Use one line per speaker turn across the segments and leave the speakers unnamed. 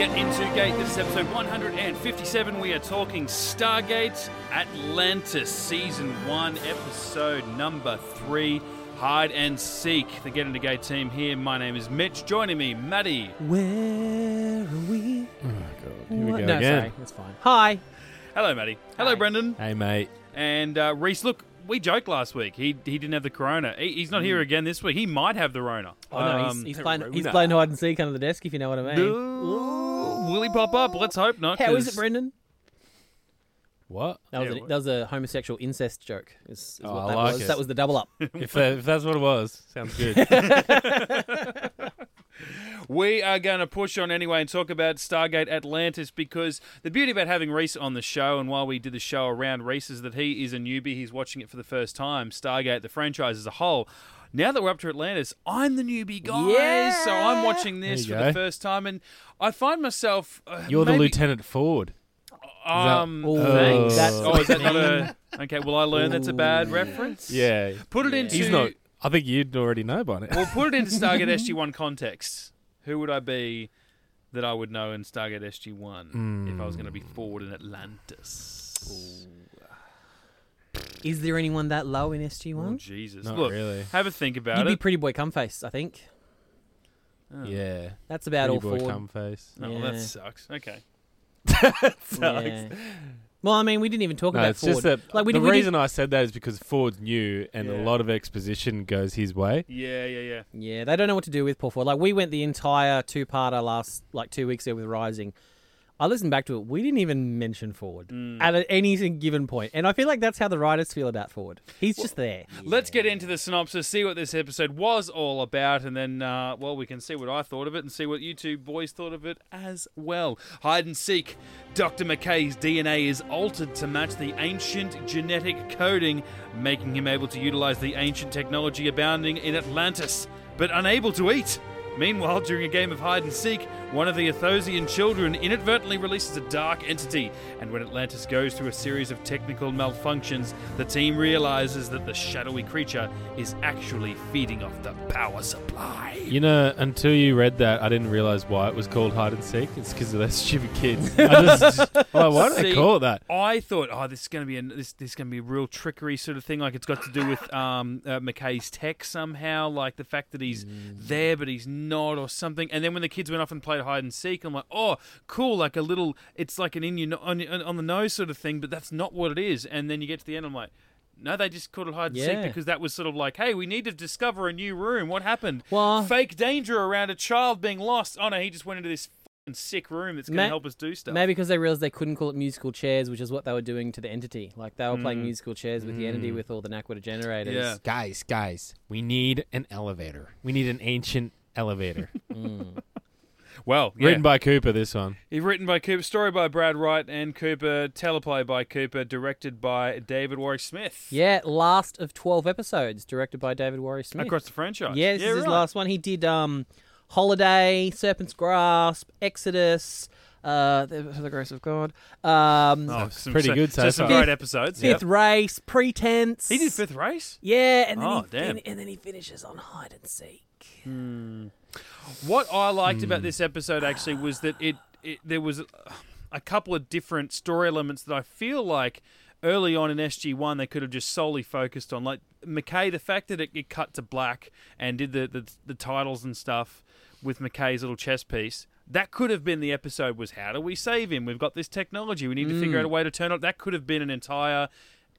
Welcome to Gate. This is episode 157. We are talking Stargate Atlantis, season one, episode number three. Hide and seek. The Get Into Gate team here. My name is Mitch. Joining me, Maddie.
Where are we?
Here we go
no,
again.
sorry, that's fine. Hi.
Hello, Maddie. Hello,
Hi.
Brendan.
Hey, mate.
And uh, Reese. Look, we joked last week. He he didn't have the corona. He, he's not here again this week. He might have the Rona.
Oh no, Mm. he's,
Um,
he's playing. He's
Rona.
playing hide and seek under the desk, if you know what I mean.
ooh, will he pop up? Let's hope not.
How is it,
'cause-
Brendan?
What?
That was,
Yeah,
a, that was a homosexual incest joke. Is, is
Oh,
what
I
that
like
was.
it.
That was the double up.
if, that, if that's what it was, sounds good.
We are going to push on anyway and talk about Stargate Atlantis because the beauty about having Reese on the show and while we did the show around Reese is that he is a newbie. He's watching it for the first time. Stargate, the franchise as a whole. Now that we're up to Atlantis, I'm the newbie guy.
Yeah.
So I'm watching this for
There you
the
go.
first time and I find myself. Uh,
You're the
maybe-
Lieutenant Ford.
Um,
Ooh,
thanks.
that's
oh, is that not
the
a. Okay, well, I learned that's a bad reference.
Yeah.
Put it into.
He's not. I think you'd already know by now.
Well, put it into Stargate SG1 context. Who would I be that I would know in Stargate SG1 if I was going to be
Hmm.
forward in Atlantis?
Is there anyone that low in SG
Oh,
Mm,
One?
Jesus.
Not
Look,
really.
have a think
You'd
about
be
it.
pretty boy cumface, I think.
Oh.
Yeah.
That's about
Pretty
all
boy
forward.
cum face.
Oh,
Yeah.
well, that sucks. Okay.
Yeah. Well, I mean, we didn't even talk
No,
about
it's
Ford.
just that
Like, we
the
did- we did-
reason I said that is because Ford knew, and
Yeah.
a lot of exposition goes his way.
Yeah, yeah, yeah.
Yeah, they don't know what to do with Paul Ford. Like we went the entire two parter last like two weeks there with Rising. I listened back to it. We didn't even mention Ford
Mm.
at a- any given point, and I feel like that's how the writers feel about Ford. He's just there.
Let's get into the synopsis, see what this episode was all about, and then, uh, well, we can see what I thought of it and see what you two boys thought of it as well. Hide and seek. Dr. McKay's DNA is altered to match the ancient genetic coding, making him able to utilize the ancient technology abounding in Atlantis, but unable to eat. Meanwhile, during a game of hide and seek, one of the Athosian children inadvertently releases a dark entity, and when Atlantis goes through a series of technical malfunctions, the team realizes that the shadowy creature is actually feeding off the power supply.
You know, until you read that, I didn't realize why it was called hide and seek. It's because of those stupid kids. I just, I'm like, why do
See,
they call it that?
I thought, oh, this is going to be a, this, this is going to be a real trickery sort of thing. Like it's got to do with um, uh, McKay's tech somehow, like the fact that he's there but he's not, or something. And then when the kids went off and played hide and seek, I'm like, oh, cool, like a little, it's like an in your no- on, your- on the nose sort of thing, but that's not what it is. And then you get to the end, I'm like. No, they just called it hide and
Yeah.
seek because that was sort of like, hey, we need to discover a new room. What happened?
Well-
Fake danger around a child being lost. Oh no, he just went into this f***ing sick room that's going to
Ma-
help us do stuff.
Maybe because they realized they couldn't call it musical chairs, which is what they were doing to the entity. Like they were playing musical chairs with the entity with all the Nakwita generators.
Mm. Yeah.
Guys, guys, we need an elevator. We need an ancient elevator.
Well, yeah.
Written by Cooper, this one.
He's written by Cooper, story by Brad Wright and Cooper, teleplay by Cooper, directed by David Warwick Smith.
Yeah, last of twelve episodes, directed by David Warrior Smith.
Across the franchise.
Yeah, this is his
right.
last one. He did um, Holiday, Serpent's Grasp, Exodus, uh, The, For the Grace of God, um,
Oh, some,
pretty
so-
good so
so some
far.
great episodes.
Fifth
Yep.
Race, Pretense.
He did Fifth Race?
Yeah, and then,
Oh,
he,
damn.
And, and then he finishes on Hide and Seek.
What I liked about this episode actually was that it, it there was a, a couple of different story elements that I feel like early on in SG1 they could have just solely focused on like McKay the fact that it, it cut to black and did the, the the titles and stuff with McKay's little chess piece that could have been the episode was how do we save him we've got this technology we need to figure out a way to turn it that could have been an entire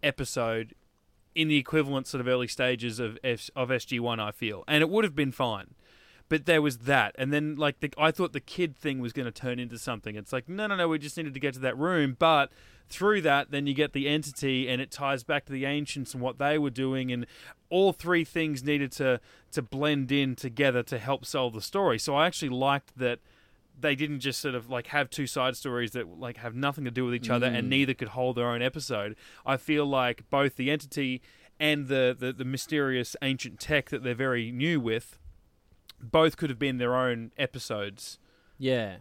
episode in the equivalent sort of early stages of F- of SG1 I feel and it would have been fine but there was that and then like the, i thought the kid thing was going to turn into something it's like no no no we just needed to get to that room but through that then you get the entity and it ties back to the ancients and what they were doing and all three things needed to to blend in together to help solve the story so i actually liked that they didn't just sort of like have two side stories that like have nothing to do with each other and neither could hold their own episode i feel like both the entity and the, the, the mysterious ancient tech that they're very new with both could have been their own episodes
Yeah.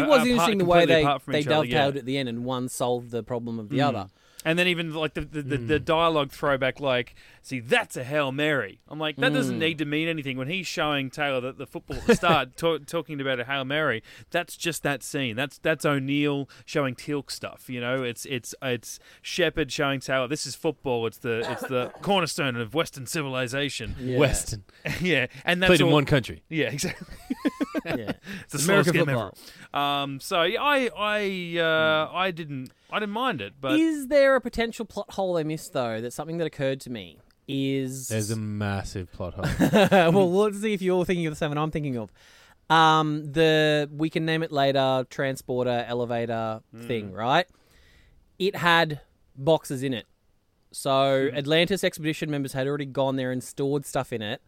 Uh,
was
apart-
interesting the way
completely
they,
apart from
they
each other, yeah.
dovetailed at the end and one solved the problem of the
Mm.
other.
And then even like the the, the,
Hmm.
the dialogue throwback, like, see, that's a hail mary. I'm like, that
Hmm.
doesn't need to mean anything. When he's showing Taylor that the football at the start, ta- talking about a hail mary, that's just that scene. That's that's O'Neill showing Tilk stuff. You know, it's it's it's Shepard showing Taylor this is football. It's the it's the cornerstone of Western civilization.
Yeah.
Western.
yeah, and that's
Played in
all-
one country.
Yeah, exactly.
yeah.
It's the slowest
American
game
football.
ever. Um, so yeah, I I
Hmm.
uh, I didn't I didn't mind it, but
Is there a potential plot hole they missed though? That's something that occurred to me. Is
There's a massive plot hole.
well, let's see if you're thinking of the same one I'm thinking of. Um, the we can name it later transporter elevator thing, right? It had boxes in it. So Atlantis expedition members had already gone there and stored stuff in it,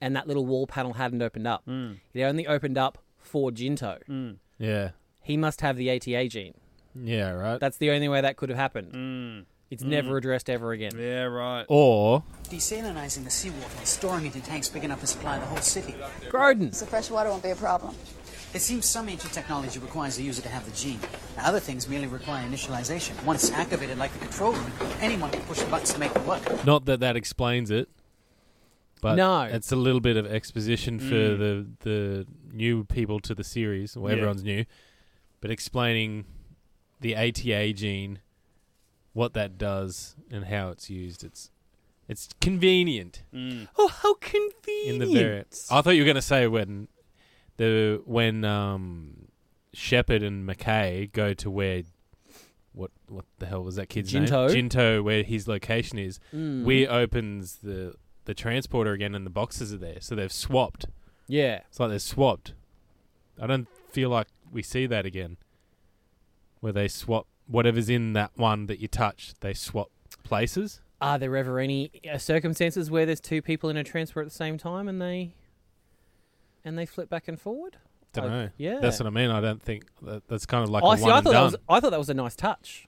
and that little wall panel hadn't opened up. It only opened up for Jinto.
yeah.
He must have the ATA gene.
Yeah, right.
That's the only way that could have happened. It's never addressed ever again.
yeah, right.
or
Desalinizing the seawater and storing it in tanks big enough to supply the whole city.
Groden.
So fresh water won't be a problem.
It seems some ancient technology requires the user to have the gene. Now, other things merely require initialization. Once activated, like the control room, anyone can push the buttons to make it work.
Not that that explains it, but
No.
it's a little bit of exposition for the the new people to the series. Well,
Yeah.
everyone's new, but explaining the ATA gene, what that does, and how it's used. It's it's convenient
Hmm.
Oh, how
in
convenient!
the very. I thought you were going to say when the when um Shepard and McKay go to where. What, what the hell was that kid's
Jinto? Mm.
name? Jinto, where his location is.
Hmm.
We opens the the transporter again, and the boxes are there. So they've swapped.
yeah.
It's like they've swapped. I don't feel like we see that again. Where they swap whatever's in that one that you touch, they swap places.
Are there ever any uh, circumstances where there's two people in a transfer at the same time and they and they flip back and forward?
Don't
I-
know.
yeah.
that's what I mean. I don't think that, that's kind of like
oh,
a
see,
one
I
and
thought that
done.
was I thought that was a nice touch.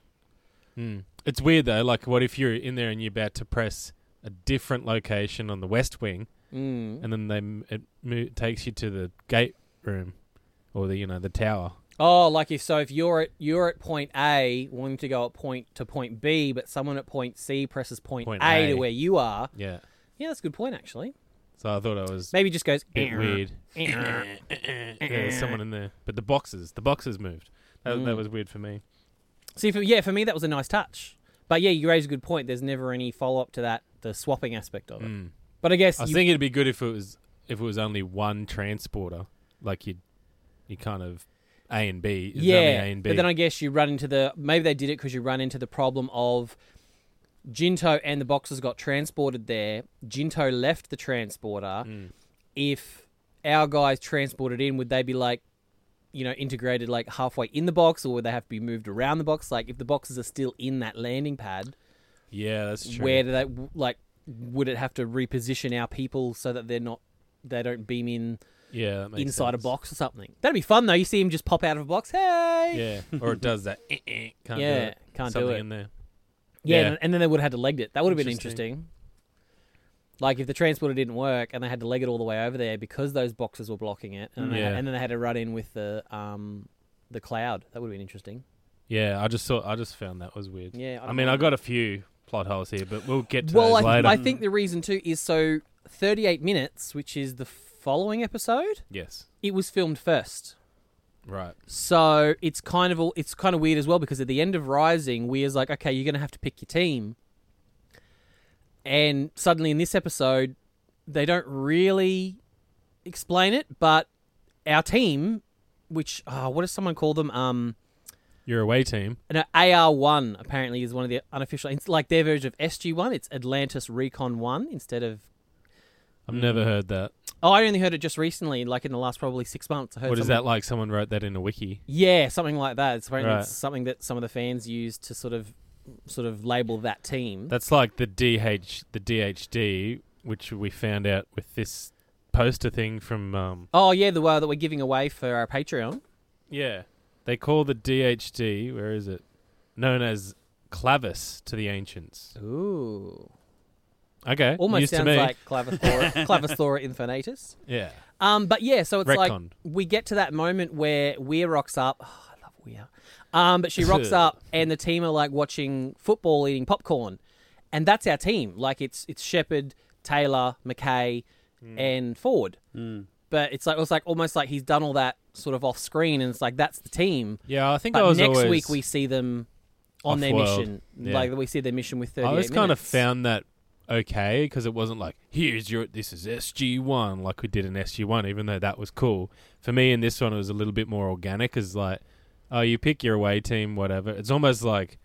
Mm. It's weird though. Like, what if you're in there and you're about to press a different location on the West Wing,
Mm.
and then they m- it mo- takes you to the gate room or the you know the tower.
Oh, like if so, if you're at you're at point A, wanting to go at point to point B, but someone at point C presses point,
Point
A, to
A.
where you are.
Yeah.
Yeah, that's a good point actually.
So I thought I was a
Maybe it just goes
bit
"Eh,
weird.
eh."
Yeah, there's someone in there, but the boxes, the boxes moved. That, that
Mm.
was weird for me.
See, for, yeah, for me that was a nice touch. But yeah, you raise a good point. There's never any follow up to that the swapping aspect of it.
Mm.
But I guess
I
you,
think it'd be good if it was if it was only one transporter, like you, you kind of A and B. it's only
yeah,
A and B.
but then I guess you run into the maybe they did it because you run into the problem of Jinto and the boxes got transported there. Jinto left the transporter.
Hmm.
If our guys transported in, would they be like, you know, integrated like halfway in the box, or would they have to be moved around the box? Like, if the boxes are still in that landing pad,
yeah, that's true.
where do they like? Would it have to reposition our people so that they're not? They don't beam in
yeah, that makes
inside a
sense.
box or something. That'd be fun though. You see him just pop out of a box. Hey,
Yeah, or it does that. eh, eh, can't do
Yeah,
it.
can't do
Something
it.
in there.
Yeah,
Yeah.
And, and then they would have had to legged it. That would have been
Interesting.
interesting. Like if the transporter didn't work and they had to leg it all the way over there because those boxes were blocking it, and, they,
Yeah.
and then they had to run in with the um the cloud. That would have been interesting.
Yeah, I just saw. I just found that was weird.
Yeah, I
I,
don't
mean,
mind
I got a few plot holes here, but we'll get to
Well,
those
I,
later.
I think the reason too is so 38 minutes, which is the following episode,
yes,
it was filmed first.
right.
So it's kind of all, it's kind of weird as well because at the end of Rising, we is like, okay, you're gonna have to pick your team, and suddenly in this episode, they don't really explain it, but our team, which oh, what does someone call them? Um,
Your away team.
no, AR one apparently is one of the unofficial. It's like their version of SG one. It's Atlantis Recon one instead of.
I've never heard that.
Oh, I only heard it just recently, like in the last probably six months. I heard
What is
someone-
that like? Someone wrote that in a wiki.
Yeah, something like that. It's apparently
Right.
it's something that some of the fans use to sort of sort of label that team.
That's like the DH, the DHD, which we found out with this poster thing from. Um,
oh yeah, the one that we're giving away for our Patreon.
yeah, they call the DHD. Where is it? Known as clavis to the ancients.
Ooh.
Okay.
Almost
News to
sounds
me.
like Clavithora, Clavithora infinitus.
yeah.
Um, but yeah, so it's like
Retconned.
we get to that moment where Weir rocks up. Oh, I love Weir. Um, but she rocks up, and the team are like watching football, eating popcorn, and that's our team. Like it's it's Shepard, Taylor, McKay,
Hmm.
and Ford. But it's like it was like almost like he's done all that sort of off screen, and it's like that's the team.
Yeah, I think I
But
was
next
always,
week we see them on their
Off-world.
mission.
Yeah.
Like we see their mission with
I
thirty.
always kind of found that okay because it wasn't like here's your this is SG one like we did in SG one even though that was cool for me in this one it was a little bit more organic as like oh you pick your away team whatever it's almost like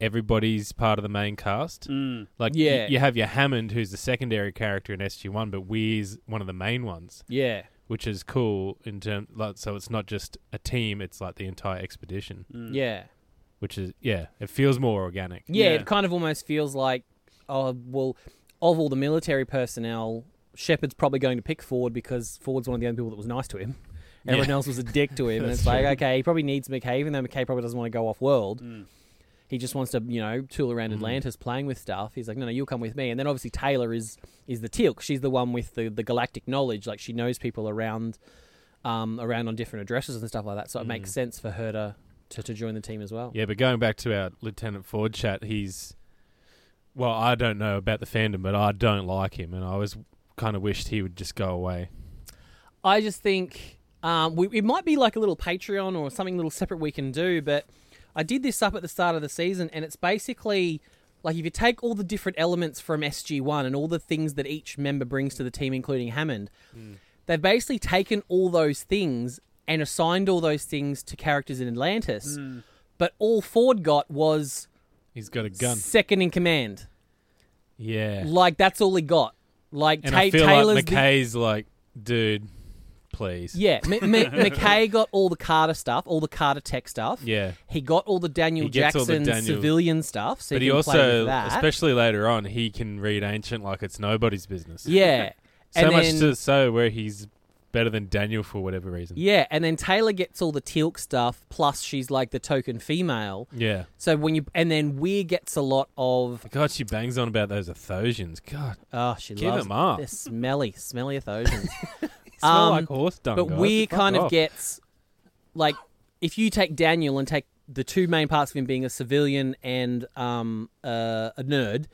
everybody's part of the main cast
Mm.
like
Yeah.
yeah. you have your Hammond who's the secondary character in SG one but Weir's one of the main ones
yeah.
which is cool in terms like so it's not just a team it's like the entire expedition
Yeah.
which is yeah it feels more organic
Yeah,
Yeah.
it kind of almost feels like, oh, well, of all the military personnel, Shepard's probably going to pick Ford because Ford's one of the only people that was nice to him. Everyone else was a dick to him. and it's like, okay, he probably needs McKay, even though McKay probably doesn't want to go off world. He just wants to, you know, tool around Atlantis playing with stuff. He's like, no, no, you'll come with me. And then obviously Taylor is is the Teal'c. She's the one with the, the galactic knowledge. Like she knows people around um, around on different addresses and stuff like that. So it makes sense for her to, to, to join the team as well.
Yeah, but going back to our Lieutenant Ford chat, he's well, I don't know about the fandom, but I don't like him, and I was kind of wished he would just go away.
I just think um, we, it might be like a little Patreon or something little separate we can do, but I did this up at the start of the season, and it's basically like if you take all the different elements from SG1 and all the things that each member brings to the team, including Hammond, they've basically taken all those things and assigned all those things to characters in Atlantis, but all Ford got was
He's got a gun.
second in command.
Yeah,
Like, that's all he got. Like,
and
Ta-
I feel
Taylor's
like
the-
McKay's like, dude, please.
Yeah, M- M- McKay got all the Carter stuff, all the Carter tech stuff.
Yeah.
he got all the Daniel
He gets all the
Jackson
Daniel-
civilian stuff. So
but
you
he
can play
also,
with that.
especially later on, he can read ancient like it's nobody's business.
yeah,
so
and
much
then,
to so where he's better than Daniel for whatever reason.
yeah, and then Taylor gets all the Teal'c stuff. Plus, she's like the token female.
yeah.
So when you and then Weir gets a lot of
God, she bangs on about those Athosians. God,
oh, she
Give
loves
him up.
They're smelly, smelly Athosians.
smell
Um,
like horse dung.
but
guys.
we
Fuck
kind of
off.
gets like if you take Daniel and take the two main parts of him being a civilian and um, uh, a nerd,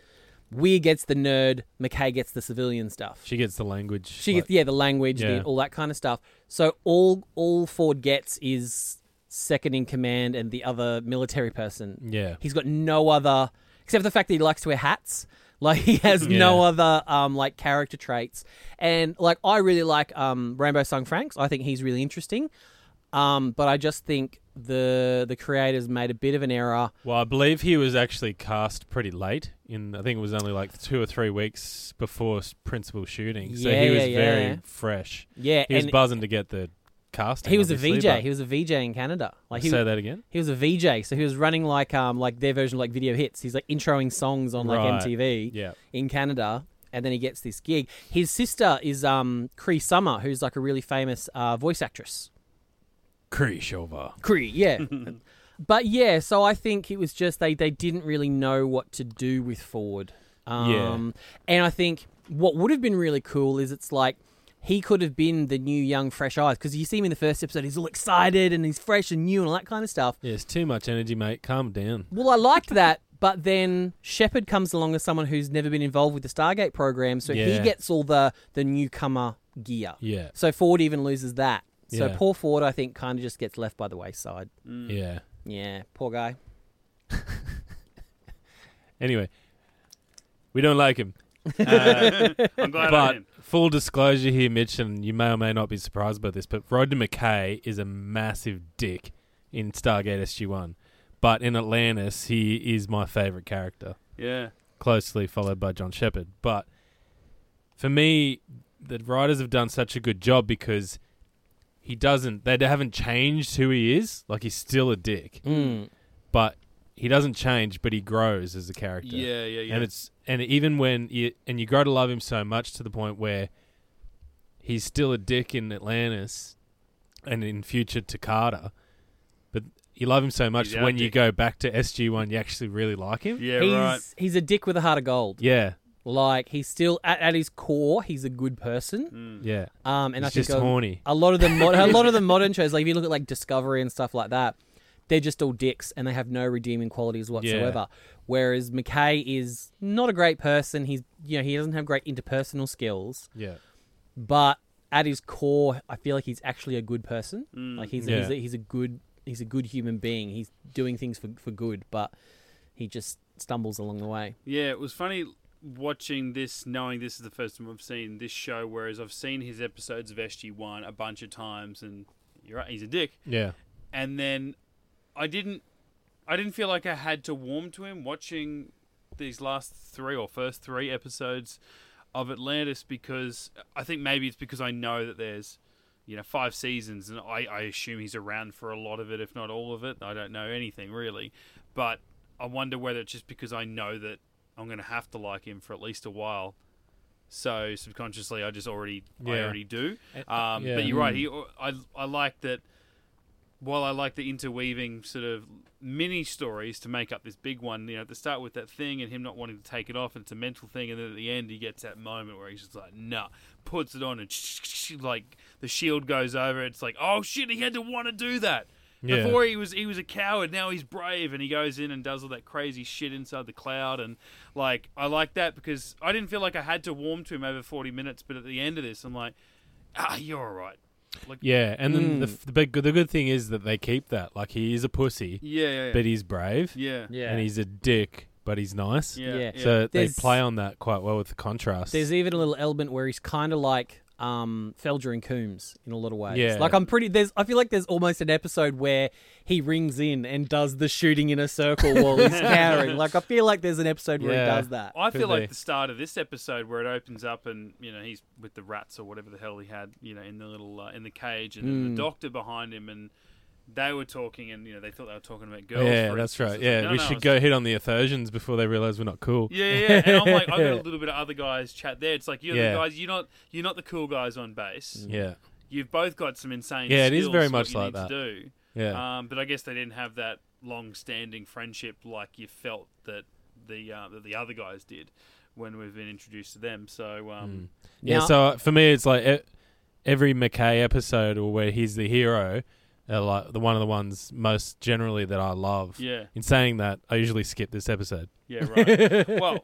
Weir gets the nerd, McKay gets the civilian stuff. She,
She gets the language.
gets yeah the language,
Yeah.
The, all that kind of stuff. So all all Ford gets is second in command and the other military person.
Yeah.
He's got no other except for the fact that he likes to wear hats. Like he has no
Yeah.
other um like character traits. And like I really like um Rainbow Song Franks. I think he's really interesting. Um but I just think the the creators made a bit of an error.
Well, I believe he was actually cast pretty late. In I think it was only like two or three weeks before s- principal shooting, so
Yeah,
he was
yeah, yeah.
very fresh.
Yeah,
He was
and
buzzing to get the casting.
he was a
obviously,
VJ.
but-
He was a VJ in Canada. Like he
say that again.
he was a VJ, so he was running like um like their version of like video hits. He's like introing songs on like
Right.
MTV.
Yeah.
in Canada, and then he gets this gig. His sister is um, Cree Summer, who's like a really famous uh, voice actress.
Krishova.
Cree, yeah. but yeah, so I think it was just they they didn't really know what to do with Ford. Um, And I think what would have been really cool is it's like. He could have been the new young fresh eyes because you see him in the first episode. He's all excited and he's fresh and new and all that kind of stuff.
Yeah, it's too much energy, mate. Calm down.
Well, I liked that, but then Shepard comes along as someone who's never been involved with the Stargate program, so he
Yeah.
gets all the the newcomer gear.
Yeah,
So Ford even loses that. So
Yeah.
poor Ford, I think, kind of just gets left by the wayside.
yeah.
Yeah, poor guy.
Anyway, we don't like him.
Uh, I'm glad I
But
am.
full disclosure here, Mitch, and you may or may not be surprised by this, but Rodney McKay is a massive dick in Stargate SG One, but in Atlantis, he is my favorite character,
Yeah.
closely followed by John Shepard. But for me, the writers have done such a good job because he doesn't. They haven't changed who he is. Like he's still a dick,
Mm.
but he doesn't change. But he grows as a character.
Yeah, yeah, yeah.
And it's and even when you and you grow to love him so much to the point where he's still a dick in Atlantis and in future to Carter, but you love him so much
He's
that
our
when you
dick.
go back to SG One, you actually really like him.
yeah,
he's
right.
he's a dick with a heart of gold.
Yeah.
Like he's still at, at his core, he's a good
Mm.
person.
Yeah.
Um, and
He's
I think
just
a,
horny.
a lot of the mod- a lot of the modern shows, like if you look at like Discovery and stuff like that, they're just all dicks and they have no redeeming qualities whatsoever. Whereas McKay is not a great person. He's you know he doesn't have great interpersonal skills,
Yeah.
but at his core, I feel like he's actually a good person. Like he's he's,
Yeah.
a, he's a good he's a good human being. He's doing things for for good, but he just stumbles along the way.
Yeah, it was funny watching this, knowing this is the first time I've seen this show. Whereas I've seen his episodes of SG One a bunch of times, and you're right, he's a dick.
Yeah.
And then I didn't, I didn't feel like I had to warm to him watching these last three or first three episodes of Atlantis because I think maybe it's because I know that there's. You know, five seasons, and I, I assume he's around for a lot of it, if not all of it. I don't know anything really, but I wonder whether it's just because I know that I'm going to have to like him for at least a while. So subconsciously, I just already, I
Yeah.
already do. Um,
yeah. Hmm.
But you're right. He, I, I like that. While I like the interweaving sort of mini stories to make up this big one, you know, to start with that thing and him not wanting to take it off, and it's a mental thing, and then at the end he gets that moment where he's just like, "Nah," puts it on, and like the shield goes over. It's like, "Oh shit, he had to want to do that."
Yeah.
Before he was he was a coward. Now he's brave, and he goes in and does all that crazy shit inside the cloud. And like I like that because I didn't feel like I had to warm to him over forty minutes. But at the end of this, I'm like, ah, you're all right. Like,
Yeah. And then
Mm.
the, f- the big the good thing is that they keep that. Like he is a pussy,
yeah, yeah, yeah.
but he's brave,
yeah, yeah,
and he's a dick, but he's nice.
yeah,
yeah.
So they
There's-
play on that quite well with the contrast.
There's even a little element where he's kind of like um, Felger and Coombs in a lot of ways.
Yeah.
Like I'm pretty. There's. I feel like there's almost an episode where he rings in and does the shooting in a circle while he's cowering. Like I feel like there's an episode where
Yeah.
he does that.
I feel
Could be.
like the start of this episode where it opens up and you know he's with the rats or whatever the hell he had you know in the little uh, in the cage and
Hmm.
then the doctor behind him and they were talking and you know they thought they were talking about girls.
yeah,
for instance.
that's right.
It's like,
Yeah,
no,
we
no,
should
it's-
go hit on the Ethersins before they realize we're not cool.
Yeah, yeah, yeah. and I'm like, I've got a little bit of other guys chat there. It's like you're
Yeah.
the guys, you're not, you're not the cool guys on base.
Yeah.
You've both got some insane.
Yeah, it is
skills
very
what
much
you
like
need
that.
To do.
Yeah.
Um, but I guess they didn't have that long-standing friendship like you felt that the uh, that the other guys did when we've been introduced to them. So um,
Yeah,
Now-
so for me, it's like e- every McKay episode or where he's the hero, uh, like the one of the ones most generally that I love.
Yeah.
In saying that, I usually skip this episode.
yeah, right. well,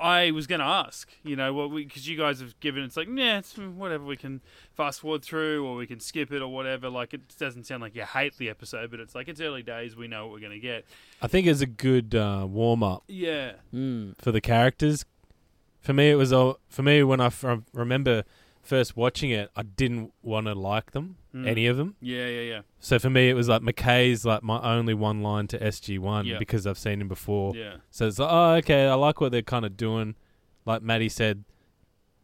I was going to ask, you know, what because you guys have given it's like, nah, it's whatever. We can fast forward through, or we can skip it, or whatever. Like it doesn't sound like you hate the episode, but it's like it's early days. We know what we're going to get.
I think it's a good uh, warm up
Yeah,
for the characters. For me, it was all, for me when I f- I remember first watching it, I didn't want to like them,
Hmm.
any of them.
yeah, yeah, yeah,
So for me, it was like McKay's like my only one line to SG One
Yeah.
because I've seen him before.
yeah.
So it's like, oh, okay, I like what they're kind of doing. Like Maddie said,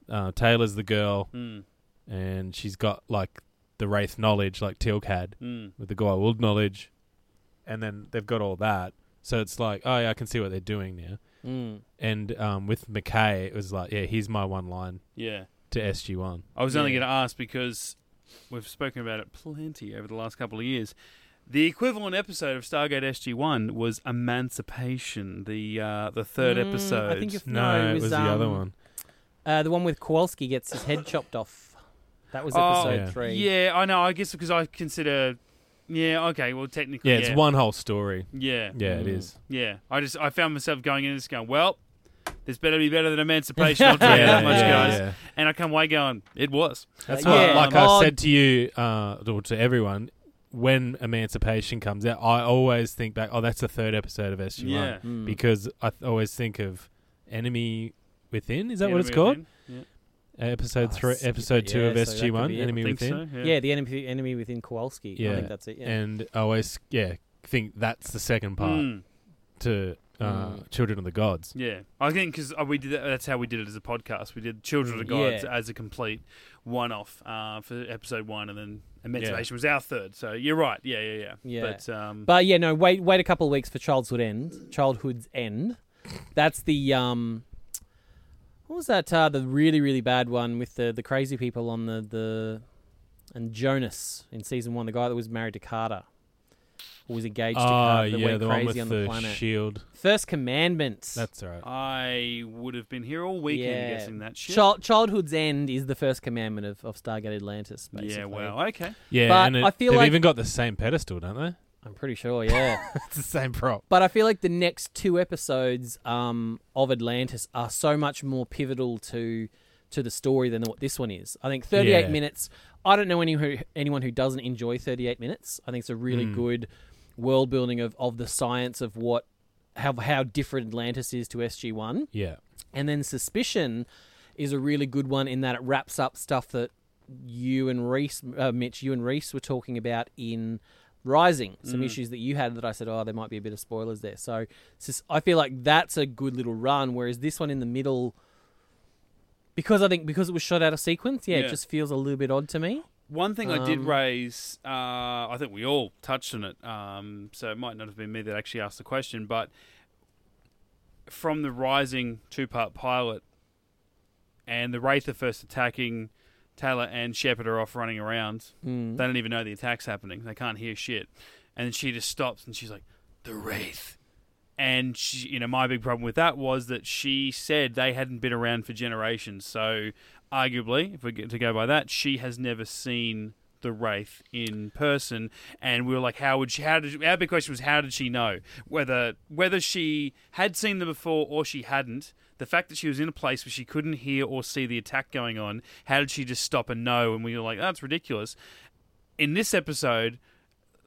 uh, Taylor's the girl,
Mm,
and she's got like the wraith knowledge, like Teal'c had
mm.
with the Goa'uld knowledge, and then they've got all that. So it's like, oh yeah, I can see what they're doing now.
Mm.
And um, with McKay, it was like, yeah, here's my one line
Yeah.
to SG One.
I was only going to ask because we've spoken about it plenty over the last couple of years. The equivalent episode of Stargate SG One was Emancipation, the uh, the third
Mm, I
episode.
think if-
No,
No, it
it was,
was,
the other
um,
one.
Uh, the one with Kowalski gets his head chopped off. That was
Oh,
episode
yeah.
three.
Yeah, I know. I guess because I consider. Yeah. Okay. Well, technically,
Yeah, it's one whole story.
Yeah.
Yeah, it is.
Yeah. I just I found myself going in and just going, well, this better be better than Emancipation. I'll tell you
Yeah,
that much,
yeah,
guys.
yeah.
And I come away going, it was.
That's
That's what,
Yeah.
like
Oh,
I said to you, uh, or to everyone, when Emancipation comes out, I always think back. Oh, that's the third episode of SG One
Yeah.
Mm.
because I th- always think of Enemy Within. Is that what it's
Enemy
called?
Within? Yeah.
Uh, Episode
Oh,
three,
skip it.
episode two
Yeah,
of
so that
SG
could
One,
be it, I
Enemy
Think
Within.
so. Yeah.
Yeah, the enemy, enemy within Kowalski.
Yeah.
I think that's it. Yeah.
And I always, yeah, think that's the second part
Mm.
to uh,
Mm.
Children of the Gods.
Yeah, I think because we did that, that's how we did it as a podcast. We did Children of
Mm, Yeah.
Gods as a complete one-off uh, for episode one, and then Emancipation was our third. So you're right. Yeah, yeah, yeah.
Yeah.
But um,
But yeah, no, wait, wait a couple of weeks for Childhood End. Childhood's End. That's the um, what was that? Uh, the really really bad one with the the crazy people on the the, and Jonas in season one, the guy that was married to Carter. who was engaged to
Ah,
Carter that
yeah,
went
the one
crazy
with
on the,
the,
planet. Uh,
shield.
First commandments.
That's all right.
I would have been here all weekend guessing that shit.
Child, childhood's end is the first commandment of, of Stargate Atlantis. Basically.
yeah, well, okay.
Yeah,
But
and it,
I feel
they've
like-
even got the same pedestal, don't they?
I'm pretty sure. Yeah,
It's the same prop.
but I feel like the next two episodes um, of Atlantis are so much more pivotal to to the story than what this one is. I think 38
Yeah.
minutes. I don't know anyone who, anyone who doesn't enjoy 38 minutes. I think it's a really good world building of, of the science of what how how different Atlantis is to SG One.
Yeah.
And then Suspicion is a really good one in that it wraps up stuff that you and Reese, uh, Mitch, you and Reese were talking about in Rising. Some issues that you had that I said, oh, there might be a bit of spoilers there. So sus- I feel like that's a good little run, whereas this one in the middle. Because I think because it was shot out of sequence, yeah,
Yeah.
it just feels a little bit odd to me.
One thing I did
Um,
raise, uh, I think we all touched on it, um, so it might not have been me that actually asked the question, but from the Rising two part pilot and the Wraith are first attacking, Taylor and Shepard are off running around. They don't even know the attack's happening, they can't hear shit. And she just stops and she's like, The Wraith. And she, you know, my big problem with that was that she said they hadn't been around for generations. So, arguably, if we get to go by that, she has never seen the wraith in person. And we were like, how would she? How did? Our big question was, how did she know whether whether she had seen them before or she hadn't? The fact that she was in a place where she couldn't hear or see the attack going on, how did she just stop and know? And we were like, that's ridiculous. In this episode,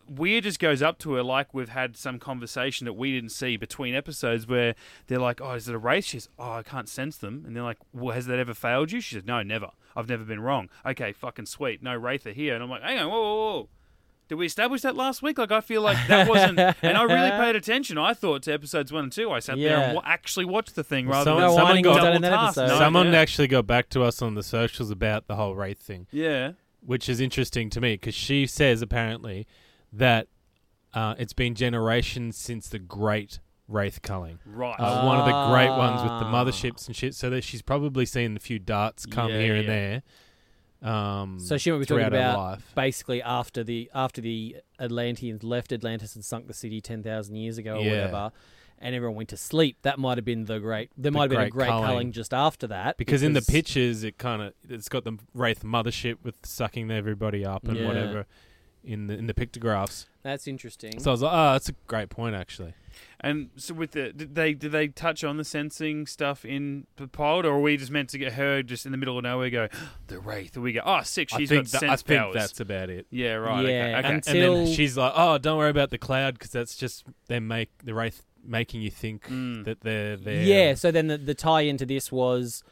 Weir just goes up to her like we've had some conversation that we didn't see between episodes where they're like, "Oh, is it a race?" She says, "Oh, I can't sense them," and they're like, "Well, has that ever failed you?" She says, "No, never. I've never been wrong." Okay, fucking sweet. No wraith are here, and I'm like, "Hang on, whoa, whoa, whoa." Did we establish that last week? Like, I feel like that wasn't, and I really paid attention. I thought to episodes one and two. I sat there
Yeah.
and wa- actually watched the thing rather
someone-
than
No
someone
whining was
got
done in that
double-tasked.
episode.
No,
Someone
yeah.
actually got back to us on the socials about the whole Wraith thing.
yeah,
which is interesting to me because she says apparently that uh, it's been generations since the great Wraith culling.
right.
Oh,
Uh, One of the great ones with the
Ah.
motherships and shit. So that she's probably seen a few darts come
Yeah,
here
yeah.
and there. Um,
So she might be talking
throughout her
about
life.
basically after the after the Atlanteans left Atlantis and sunk the city ten thousand years ago or
Yeah.
whatever, and everyone went to sleep. That might have been the great. There might have been a
great
great
culling.
culling just after that
because in the pictures it kind of it's got the Wraith mothership with sucking everybody up and
Yeah.
whatever in the in the pictographs.
That's interesting.
So I was like, oh, that's a great point actually.
And so with the did they did they touch on the sensing stuff in the pilot, or are we just meant to get her just in the middle of nowhere? Go the wraith. And we go. Oh, sick.
I
She's
think
got
that, I
sense
think
powers.
that's about it.
yeah, right. okay.
Yeah,
okay.
and-
and then
Till-
she's like, "Oh, don't worry about the cloud because that's just they make the wraith making you think
Mm.
that they're there."
yeah. So then the, the tie into this was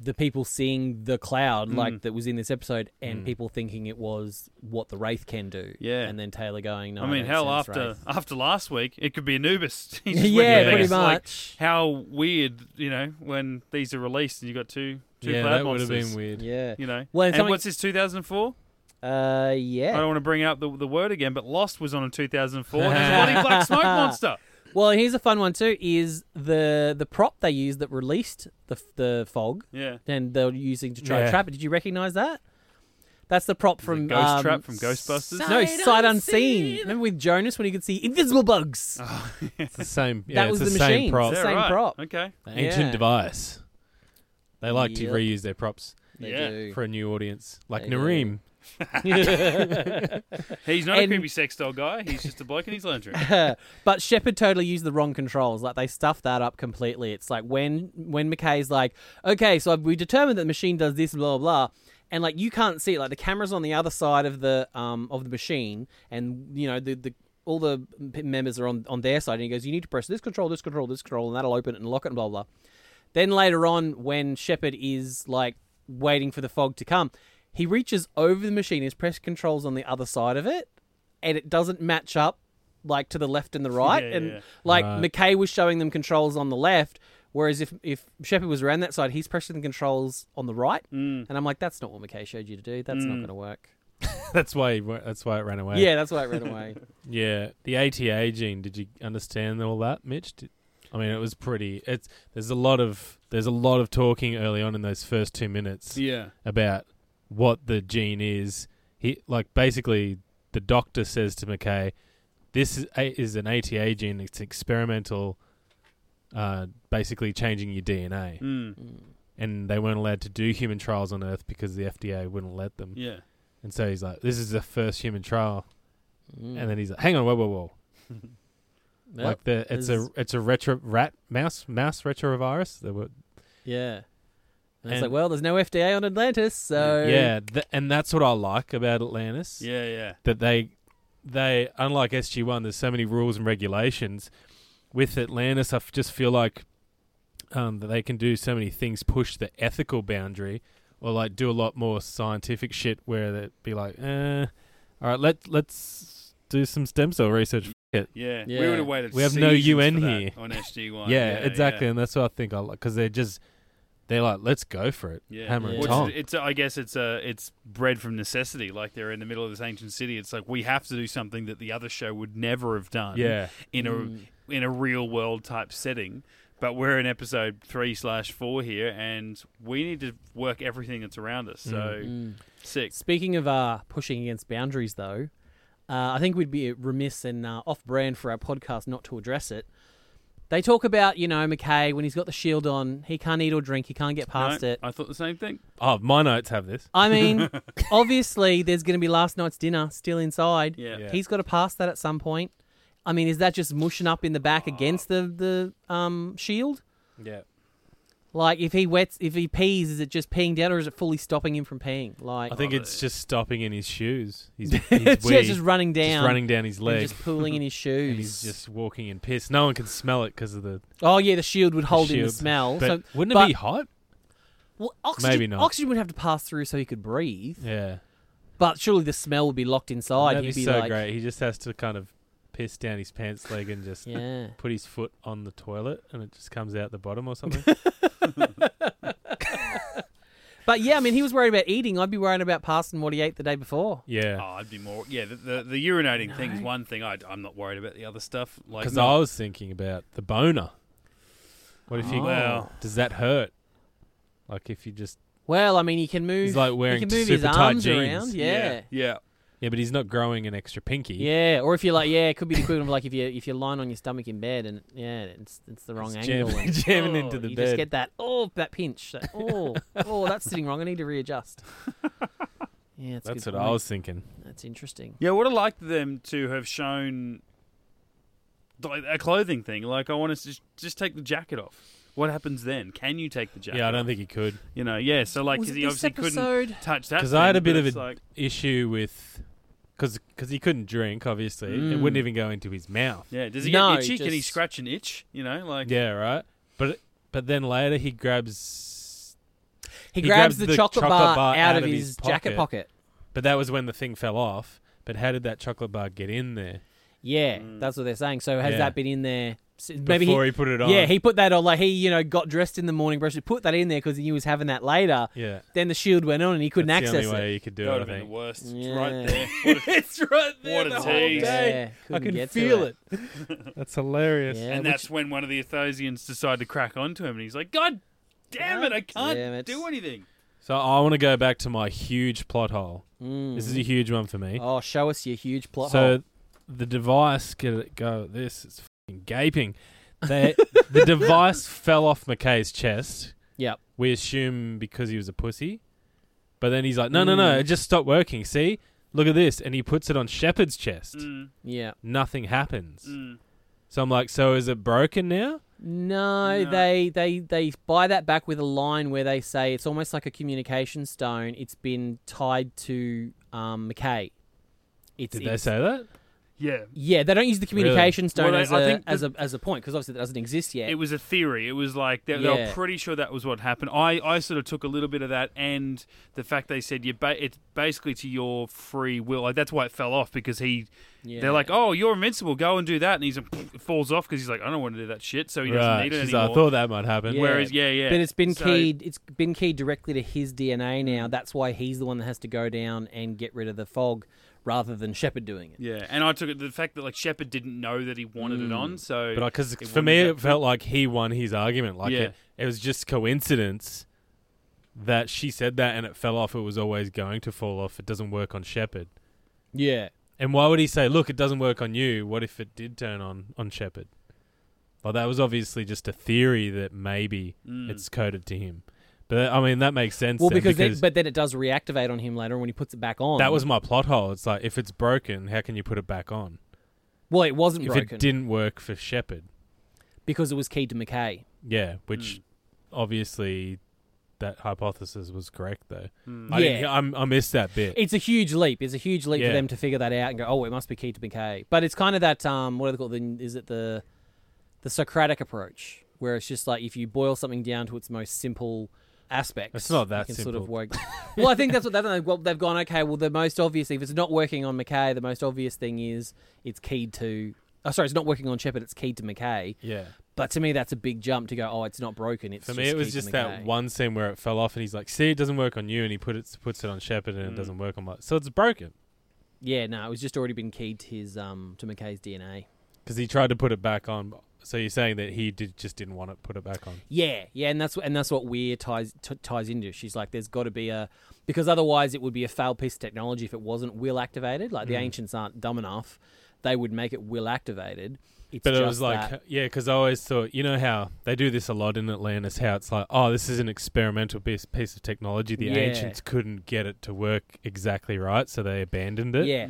the people seeing the cloud like that was in this episode, and people thinking it was what the wraith can do.
Yeah.
and then Taylor going, "No,
I mean,
don't
hell,
sense
after
wraith."
after last week, it could be Anubis. He's just
yeah,
with the
pretty
things. Like,
much.
how weird, you know, when these are released and you got two two
yeah,
cloud
that would have
monsters.
been weird.
yeah.
You know,
Well, and
and
something-
what's this? Two thousand four.
Uh, yeah.
I don't want to bring up the, the word again, but Lost was on in two thousand four. Bloody black smoke monster.
Well, and here's a fun one too: is the the prop they used that released the f- the fog,
Yeah.
and they were using to try to
Yeah.
trap it. Did you recognize that? That's the prop from
Ghost
um,
Trap from Ghostbusters?
No, sight unseen. Remember with Jonas when he could see invisible bugs.
Ah, It's the same. Yeah,
was
it's
the
the, same
machine.
prop,
Is that
Same
Oh, right?
prop.
Okay.
ancient
Yeah.
device. They like
Yep.
to reuse their props
They
Yeah.
do.
for a new audience, like
They do.
Nareem.
He's not
And-
a creepy sex doll guy. He's just a bloke in his laundry.
but Shepard totally used the wrong controls. Like they stuffed that up completely. It's like when when McKay's like, okay, so we determined that the machine does this, blah blah, blah," and like you can't see it. Like the camera's on the other side of the um of the machine, and you know the the all the p- members are on on their side, and he goes, you need to press this control, this control, this control, and that'll open it and lock it, and blah blah. blah. Then later on, when Shepard is like waiting for the fog to come, he reaches over the machine. His press controls on the other side of it, and it doesn't match up like to the left and the right.
Yeah, yeah,
and
yeah.
like
Right.
McKay was showing them controls on the left, whereas if if Shepard was around that side, he's pressing the controls on the right.
Mm.
And I'm like, that's not what McKay showed you to do. That's not going to work.
that's why. He, wa- that's why it ran away.
Yeah, that's why it ran away.
yeah. The ATA gene. Did you understand all that, Mitch? Did, I mean, it was pretty. It's there's a lot of there's a lot of talking early on in those first two minutes.
yeah.
about what the gene is. He like basically the doctor says to McKay, this is, a- is an ATA gene. It's experimental, uh, basically changing your DNA.
Mm.
And they weren't allowed to do human trials on Earth because the FDA wouldn't let them.
Yeah.
And so he's like, "This is the first human trial." And then he's like, "Hang on, whoa, whoa, whoa!
Mm. Yep.
Like the it's a
There's-
it's a retro rat mouse mouse retrovirus. The wo-
yeah. And it's
And-
like, well, there's no FDA on Atlantis, so
yeah, th- and that's what I like about Atlantis.
Yeah. Yeah.
that they they unlike SG One, there's so many rules and regulations. With Atlantis, I f- just feel like um, that they can do so many things, push the ethical boundary, or like do a lot more scientific shit where they'd be like, eh, all right, let let's do some stem cell research. F- it.
Yeah.
Yeah.
We would have waited.
We have no
seasons
UN
for that
here.
on SG One.
yeah, exactly, and that's what I think I like because they're just they're like, let's go for it,
Yeah.
hammer and
Which
Yeah.
is-
tong.
it's I guess it's uh, it's bred from necessity. Like they're in the middle of this ancient city. It's like we have to do something that the other show would never have done.
Yeah.
In a
Mm.
in a real world type setting. But we're in episode three slash four here, and we need to work everything that's around us. So
Mm.
sick.
Speaking of uh, pushing against boundaries, though, uh, I think we'd be remiss and uh, off-brand for our podcast not to address it. They talk about, you know, McKay when he's got the shield on, he can't eat or drink, he can't get past
No,
it.
I thought the same thing.
Oh, my notes have this.
I mean, obviously, there's going to be last night's dinner still inside.
Yeah.
Yeah.
He's got to pass that at some point. I mean, is that just mushing up in the back against the the um, shield?
Yeah,
Like, if he wets, if he pees, is it just peeing down, or is it fully stopping him from peeing? Like,
I think
Love
it's
it.
just stopping in his shoes. He's, he's
it's
wee,
just running down,
just running down his
and
leg.
just pooling in his shoes.
and he's just walking in piss. No one can smell it because of the
Oh yeah, the shield would hold in the
shield.
smell.
But
so
wouldn't
but-
it be hot?
well, oxygen,
Maybe not.
Oxygen would have to pass through so he could breathe.
Yeah,
But surely the smell would be locked inside.
that'd
He'd
be,
be,
so
like,
great. He just has to kind of piss down his pants leg and just
yeah.
put his foot on the toilet, and it just comes out the bottom or something.
But yeah, I mean, he was worried about eating. I'd be worried about passing what he ate the day before.
Oh,
yeah,
I'd be more. Yeah, the the, the urinating thing is one thing. I, I'm not worried about the other stuff. Like,
because
no.
I was thinking about the boner. What
Oh.
if you?
Wow.
Does that hurt? Like if you just
Well, I mean, he can move.
he's like wearing
he can move
super
his
tight
arms
jeans.
around. Yeah.
yeah,
yeah, but he's not growing an extra pinky.
yeah, Or if you're like, yeah, it could be the equivalent of like if you if you're lying on your stomach in bed and yeah, it's it's the wrong
It's
angle.
jamming,
and-
jamming
oh,
into the
you
bed.
just get that oh that pinch. That, oh oh that's sitting wrong. I need to readjust. Yeah, that's, a
That's
good
what I
point.
was thinking.
That's interesting.
yeah. I would have liked them to have shown like a clothing thing. Like, I want to just just take the jacket off. What happens then? Can you take the jacket?
Yeah, I don't
off?
think he could.
you know. Yeah, so like, because he obviously couldn't touch that.
Because I had a
thing,
bit
but
of
it's
an
like,
issue with because he couldn't drink. Obviously, it
Mm.
wouldn't even go into his mouth.
yeah. Does he
No,
get itchy? Can he
just-
scratch an itch? You know, like
Yeah, right. But but then later he grabs.
He,
He
grabs,
grabs
the,
the
chocolate,
chocolate
bar,
bar
out of his, jacket pocket.
But that was when the thing fell off. But how did that chocolate bar get in there
Yeah, that's what they're saying. So has
Mm. Yeah.
that been in there? s- Maybe
before he, put it on?
Yeah, he put that on. Like he, you know, got dressed in the morning brush. He put that in there because he was having that later.
yeah.
Then the shield went on and he couldn't
That's the
access
only
it.
way you could do
that would
it. I
have been the
think.
worst. It's
Yeah.
Right there. What a-
it's right
there What a the whole tease. day.
Yeah,
I
couldn't
can
get to
feel
it.
it. That's hilarious.
Yeah,
and
which-
that's when one of the Athosians decide to crack onto him, and he's like, "God damn it, I can't
Damn it.
do anything."
So I want to go back to my huge plot hole.
Mm.
This is a huge one for me.
Oh, show us your huge plot
so
hole.
the device get it go this it's fucking gaping they, the device fell off mckay's chest
Yep.
we assume because he was a pussy but then he's like no no no
Mm.
it just stopped working see look at this and he puts it on shepard's chest
Mm,
Yeah.
nothing happens
mm.
so i'm like so is it broken now
No,
No.
they they they buy that back with a line where they say it's almost like a communication stone. It's been tied to um, McKay. It's,
did they
it's-
say that
Yeah,
Yeah, they don't use the communication stone
Well, they-
as,
I
a,
think
as a as a point because obviously that doesn't exist yet.
it was a theory. It was like they, they were
Yeah.
pretty sure that was what happened. I, I sort of took a little bit of that, and the fact they said you ba- it's basically to your free will. Like that's why it fell off because he.
Yeah.
They're like, "Oh, you're invincible. Go and do that," and he's it falls off because he's like, "I don't want to do that shit," so he doesn't
right
need it
she's
anymore.
like, i thought that might happen
Yeah.
Whereas, yeah, yeah,
But it's been
So-
keyed. It's been keyed directly to his DNA now. That's why he's the one that has to go down and get rid of the fog, rather than Shepard doing it.
Yeah, and I took it the fact that like Shepard didn't know that he wanted it on, so
Mm. but because
it
for me
wouldn't-
it felt like he won his argument like
Yeah.
it, it was just coincidence that she said that and it fell off it was always going to fall off it doesn't work on shepard
Yeah,
And why would he say, "Look, it doesn't work on you"? What if it did turn on on Shepard? Well, that was obviously just a theory that maybe
Mm.
it's coded to him. But I mean, that makes sense.
Well,
then,
because, then, but then it does reactivate on him later when he puts it back on.
that was my plot hole. It's like if it's broken, how can you put it back on?
well, it wasn't
If
broken
it didn't work for Shepard,
because it was keyed to McKay.
yeah, which obviously that hypothesis was correct though. I,
Yeah.
didn't- I'm- I missed that bit.
It's a huge leap. It's a huge leap
Yeah.
for them to figure that out and go, oh, it must be keyed to McKay. But it's kind of that um, what do they call it? The, is it the the Socratic approach, where it's just like if you boil something down to its most simple aspects,
It's not that
you can Sort of
simple.
work. well, I think that's what they've, well, they've gone. Okay, well, the most obvious if it's not working on McKay, the most obvious thing is it's keyed to. Oh, sorry, it's not working on Shepard. It's keyed to McKay.
yeah.
But to me, that's a big jump to go. Oh, it's not broken. It's
For me, it was
keyed to
just that
McKay."
one scene where it fell off, and he's like, "See, it doesn't work on you," and he put it puts it on Shepard, and it doesn't work on my. So it's broken
Yeah, no, it was just already been keyed to his um to McKay's DNA.
because he tried to put it back on. So you're saying that he did just didn't want it put it back on.
Yeah, yeah, and that's and that's what Weir ties t- ties into. She's like, there's got to be a because otherwise it would be a failed piece of technology if it wasn't will activated. Like the
Mm.
ancients aren't dumb enough; they would make it will activated. It's
But it
just
was like,
that-
yeah, because I always thought, you know how they do this a lot in Atlantis, how it's like, oh, this is an experimental piece, piece of technology. The
Yeah.
ancients couldn't get it to work exactly right, so they abandoned it.
yeah.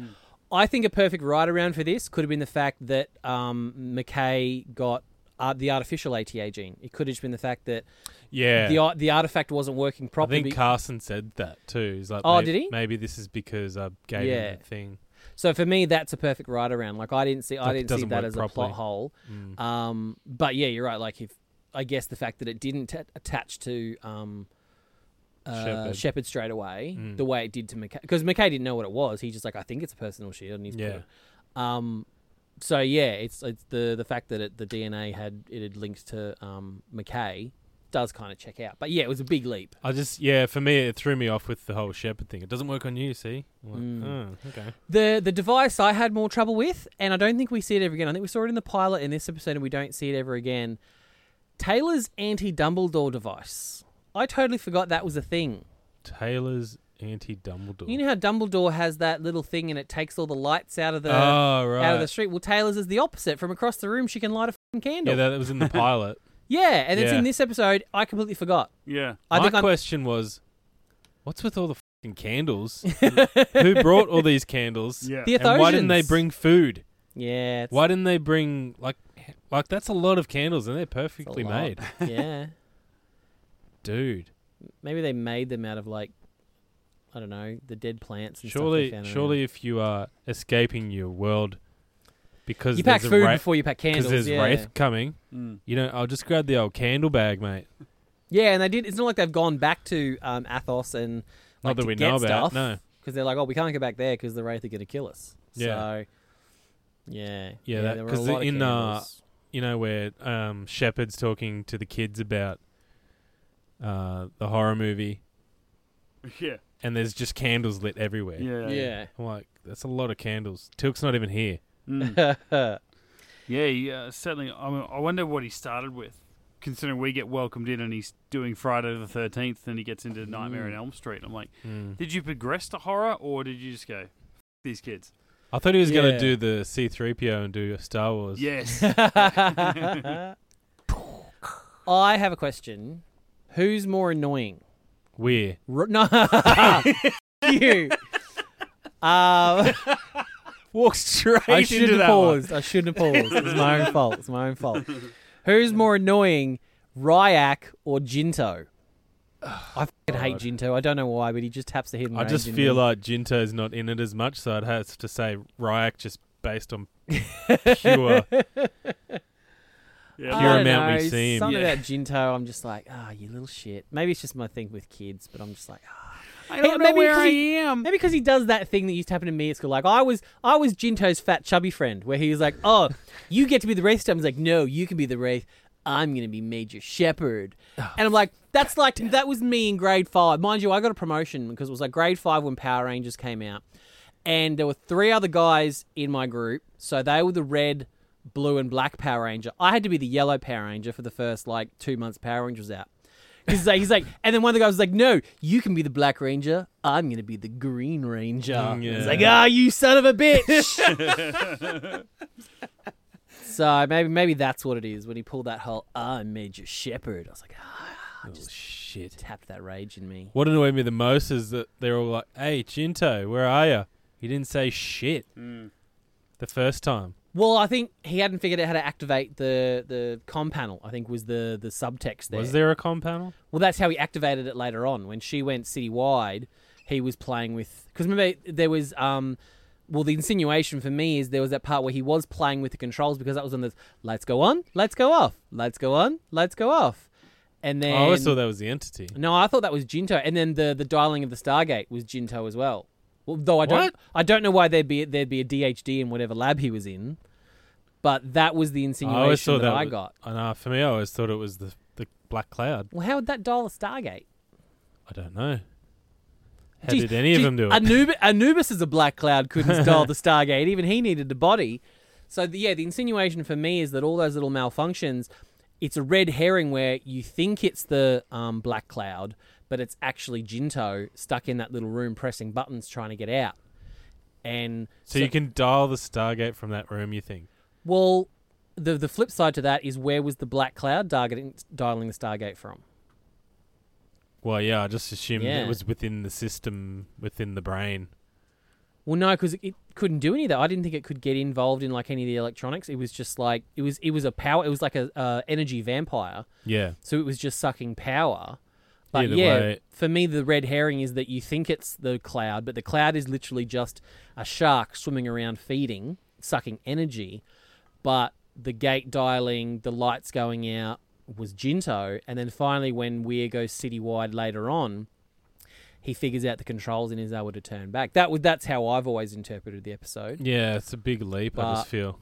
I think a perfect ride around for this could have been the fact that um, McKay got uh, the artificial ATA gene. It could have just been the fact that
yeah.
the ar- the artifact wasn't working
I
properly.
think Carson said that too. He's like,
Oh,
"Maybe-
did he?
Maybe this is because I gave
Yeah.
him the thing.
So for me, that's a perfect ride around. Like I didn't see, I
Like, it
didn't see
doesn't
that
work
as a
properly. Mm.
plot hole. Um, but yeah, you're right. Like if I guess the fact that it didn't t- attach to um, uh, Shepard.
Shepard.
straight away,
Mm.
the way it did to McKay, because McKay didn't know what it was. He just like I think it's a personal shield, and he's put
Yeah.
it. Um, so yeah, it's it's the the fact that it, the DNA had it had linked to um, McKay does kind of check out. But yeah, it was a big leap.
I just yeah, for me it threw me off with the whole shepherd thing. It doesn't work on you, see? I'm like,
Mm.
oh, okay.
The the device I had more trouble with, and I don't think we see it ever again. I think we saw it in the pilot in this episode, and we don't see it ever again. Taylor's anti Dumbledore device. I totally forgot that was a thing.
Taylor's anti Dumbledore.
You know how Dumbledore has that little thing, and it takes all the lights out of the
oh right.
out of the street. Well, Taylor's is the opposite. From across the room, she can light a fing
yeah,
candle. Yeah,
that was in the pilot.
and it's
Yeah.
in this episode. I completely forgot.
Yeah.
I
My
think I'm-
question was, what's with all the fucking candles? Who brought all these candles?
Yeah.
The
And why didn't they
Ethosians.
bring food?
Yeah, it's,
Why didn't they bring like like that's a lot of candles and they're
it's a
perfectly
lot.
made,
yeah,
dude.
maybe they made them out of like I don't know the dead plants. And stuff they
Surely,
found around.
surely, if you are escaping your world because
you pack
there's
food
a wraith,
before you pack candles.
there's
yeah.
wraith coming,
Mm.
you know, I'll just grab the old candle bag, mate.
Yeah, and they did. It's not like they've gone back to um, Athos and
Not
like,
that
to
we
get
know about,
stuff,
no.
because they're like, oh, we can't go back there because the wraith are going to kill us.
Yeah.
So, yeah,
Yeah, that-
there were a
'cause
lot of
in, uh,
candles.
You know where um, Shepard's talking to the kids about uh, the horror movie,
Yeah.
and there's just candles lit everywhere.
Yeah.
yeah.
I'm like, that's a lot of candles. Tilk's not even here.
Mm. Yeah, he, uh, certainly. I, mean, I wonder what he started with, considering we get welcomed in and he's doing Friday the 13th, then he gets into
Mm.
Nightmare on Elm Street. I'm like,
Mm.
did you progress to horror or did you just go, F- these kids?
I thought he was going
Yeah.
to do the C3PO and do Star Wars.
Yes.
I have a question. Who's more annoying?
We're
Ro- no, you. Um,
Walk straight
I
into
shouldn't have
that one.
paused. I shouldn't have paused. It's my own fault. It's my own fault. Who's more annoying, Ryak or Jinto? I fucking hate Jinto. I don't know why, but he just taps the hidden.
I
range
just
in
feel
me.
like Jinto's not in it as much, so I'd have to say Ryak just based on pure.
Yeah.
I
pure
don't
amount
know,
we've seen.
Something
Yeah.
about Jinto, I'm just like, ah, you little shit. Maybe it's just my thing with kids, but I'm just like, ah.
I
Hey, maybe 'cause he-
am.
Maybe because he does that thing that used to happen to me at school. Like I was, I was Jinto's fat chubby friend, where he was like, "Oh, you get to be the wraith." He's like, "No, you can be the wraith. I'm gonna be Major Shepherd." and I'm like, "That's like that was me in grade five, mind you. I got a promotion because it was like grade five when Power Rangers came out, and there were three other guys in my group, so they were the red, blue, and black Power Ranger. I had to be the yellow Power Ranger for the first like two months Power Rangers out." He's like, he's like, and then one of the guys was like, "No, you can be the Black Ranger. I'm gonna be the Green Ranger." He's like, "Ah, you son of a bitch!" so maybe maybe that's what it is when he pulled that whole "I made you shepherd." I was like, "Ah,
Shit.
tapped that rage in me."
What annoyed me the most is that they're all like, "Hey, Chinto, where are you?" He didn't say shit the first time.
Well, I think he hadn't figured out how to activate the the com panel. I think was the the subtext there.
Was there a com panel?
Well, that's how he activated it later on when she went citywide. He was playing with because remember there was um, well the insinuation for me is there was that part where he was playing with the controls because that was on the lights go on, lights go off, lights go on, lights go off, and then
I always thought that was the entity.
no, I thought that was Jinto, and then the the dialing of the Stargate was Jinto as well. well though I don't
What?
I don't know why there'd be there'd be a DHD in whatever lab he was in, but that was the
I
insinuation
always thought
that,
that
I
was-
got.
I know. For me, I always thought it was the the black cloud.
Well, how would that dial a Stargate?
I don't know. How
Gee,
did any
gee,
of them do it?
Anub- Anubis is a black cloud, couldn't dial the Stargate. Even he needed a body. So, the, yeah, the insinuation for me is that all those little malfunctions, it's a red herring where you think it's the um, black cloud, but it's actually Jinto stuck in that little room pressing buttons trying to get out. And
so you can dial the Stargate from that room. You think?
well, the the flip side to that is where was the black cloud targeting, dialing the Stargate from?
Well, yeah. I just assumed
Yeah.
it was within the system, within the brain.
Well, no, because it, it couldn't do any of that. I didn't think it could get involved in like any of the electronics. It was just like it was it was a power. It was like a uh, energy vampire.
Yeah.
So it was just sucking power. But
Either
yeah,
way-
for me, the red herring is that you think it's the cloud, but the cloud is literally just a shark swimming around feeding, sucking energy. But the gate dialing, the lights going out was Jinto. And then finally, when Weir goes citywide later on, he figures out the controls and is able to turn back. That was, That's how I've always interpreted the episode.
Yeah, it's a big leap. I
But-
just feel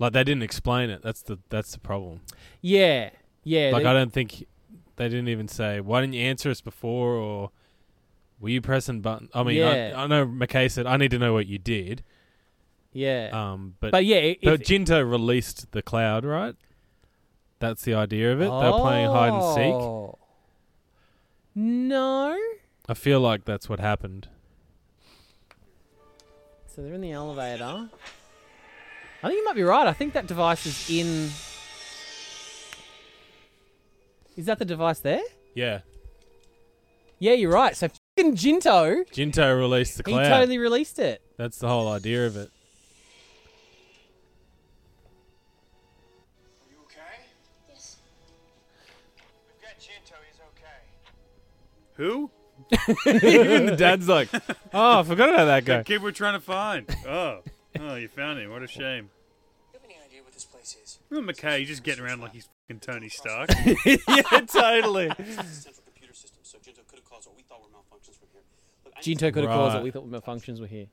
like they didn't explain it. That's the that's the problem.
Yeah. Yeah.
like
they-
I don't think they didn't even say why didn't you answer us before or were you pressing button? I mean,
Yeah.
I, I know McKay said I need to know what you did.
yeah.
Um, but
but yeah. if-
but Jinto released the cloud, right? That's the idea of it. They're playing hide and seek.
Oh. No.
I feel like that's what happened.
So they're in the elevator. I think you might be right. I think that device is in. Is that the device there?
Yeah,
Yeah, you're right. So fing Jinto,
Jinto released the
he
cloud.
totally released it.
That's the whole idea of it.
You okay?
Yes.
We've got Jinto, he's
Who?
okay.
Even the dad's like, oh, I forgot about that guy.
That kid we're trying to find. Oh, oh, you found him. What a shame.
You have any idea what this place is?
Oh, McKay, he's just getting around like he's fucking Tony Stark.
yeah, totally.
This is a central computer system, so Jinto could have caused what we thought were malfunctions from here. Look, I
Jinto could have caused it.
Right.
We thought malfunctions were here.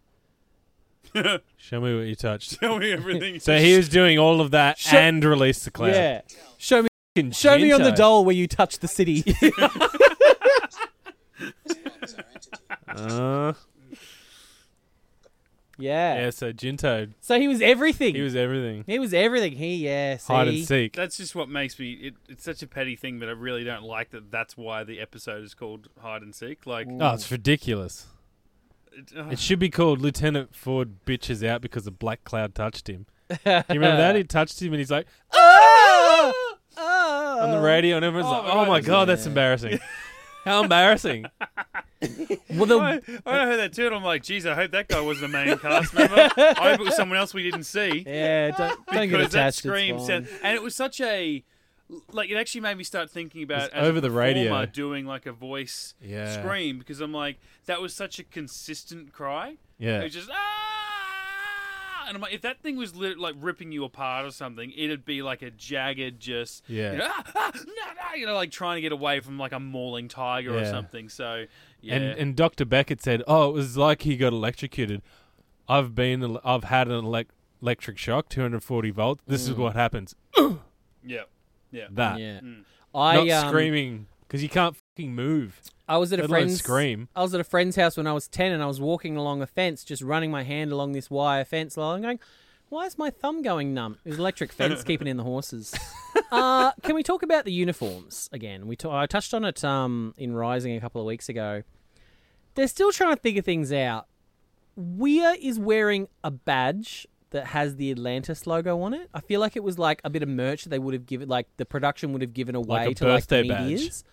Show me what you touched.
Tell me everything.
So he was doing all of that
Show-
and released the cloud.
Yeah. Show me.
Fucking
Show me on the
Jinto.
doll where you touch the city.
Jinto is our entity.
Uh,
yeah.
yeah, so Jinto,
So he was everything.
he was everything.
He was everything. He yeah. See?
Hide and seek.
That's just what makes me. It, it's such a petty thing, but I really don't like that. That's why the episode is called Hide and Seek. Like,
Oh, it's ridiculous.
it- oh,
It should be called Lieutenant Ford bitches out because the black cloud touched him. Do you remember that? He touched him and he's like,
Ah! Ah!
on the radio, and everyone's like, oh my god, that's embarrassing. How embarrassing.
Well, the-
I, I heard that too, and I'm like, geez, I hope that guy wasn't a main cast member. I hope it was someone else we didn't see.
Yeah, don't, don't get
Because
attached.
that
it's
scream
fine.
sound, and it was such a like it actually made me start thinking about
It's
as a
over the radio.
performer doing like a voice
Yeah.
scream because I'm like that was such a consistent cry. It
Yeah.
was just ah, and I'm like, if that thing was lit, like ripping you apart or something, it'd be like a jagged, just
Yeah.
you know, ah, ah, no, no, you know, like trying to get away from like a mauling tiger or
Yeah.
something. So yeah,
And and Dr. Beckett said, "Oh, it was like he got electrocuted. I've been el- I've had an elec electric shock, 240 volts. This is what happens.
yeah, yeah,
That.
Mm. Yeah,
Mm.
Not
I um,
screaming cuz you can't fucking move.
I was at a
let alone
friend's
scream.
I was at a friend's house when I was ten, and I was walking along a fence, just running my hand along this wire fence, and I'm going, "Why is my thumb going numb?" It was electric fence keeping in the horses. uh, can we talk about the uniforms again? We t- I touched on it um, in Rising a couple of weeks ago. They're still trying to figure things out. Weir is wearing a badge that has the Atlantis logo on it. I feel like it was like a bit of merch that they would have given, like the production would have given away
a
to like the
birthday badge.
medias.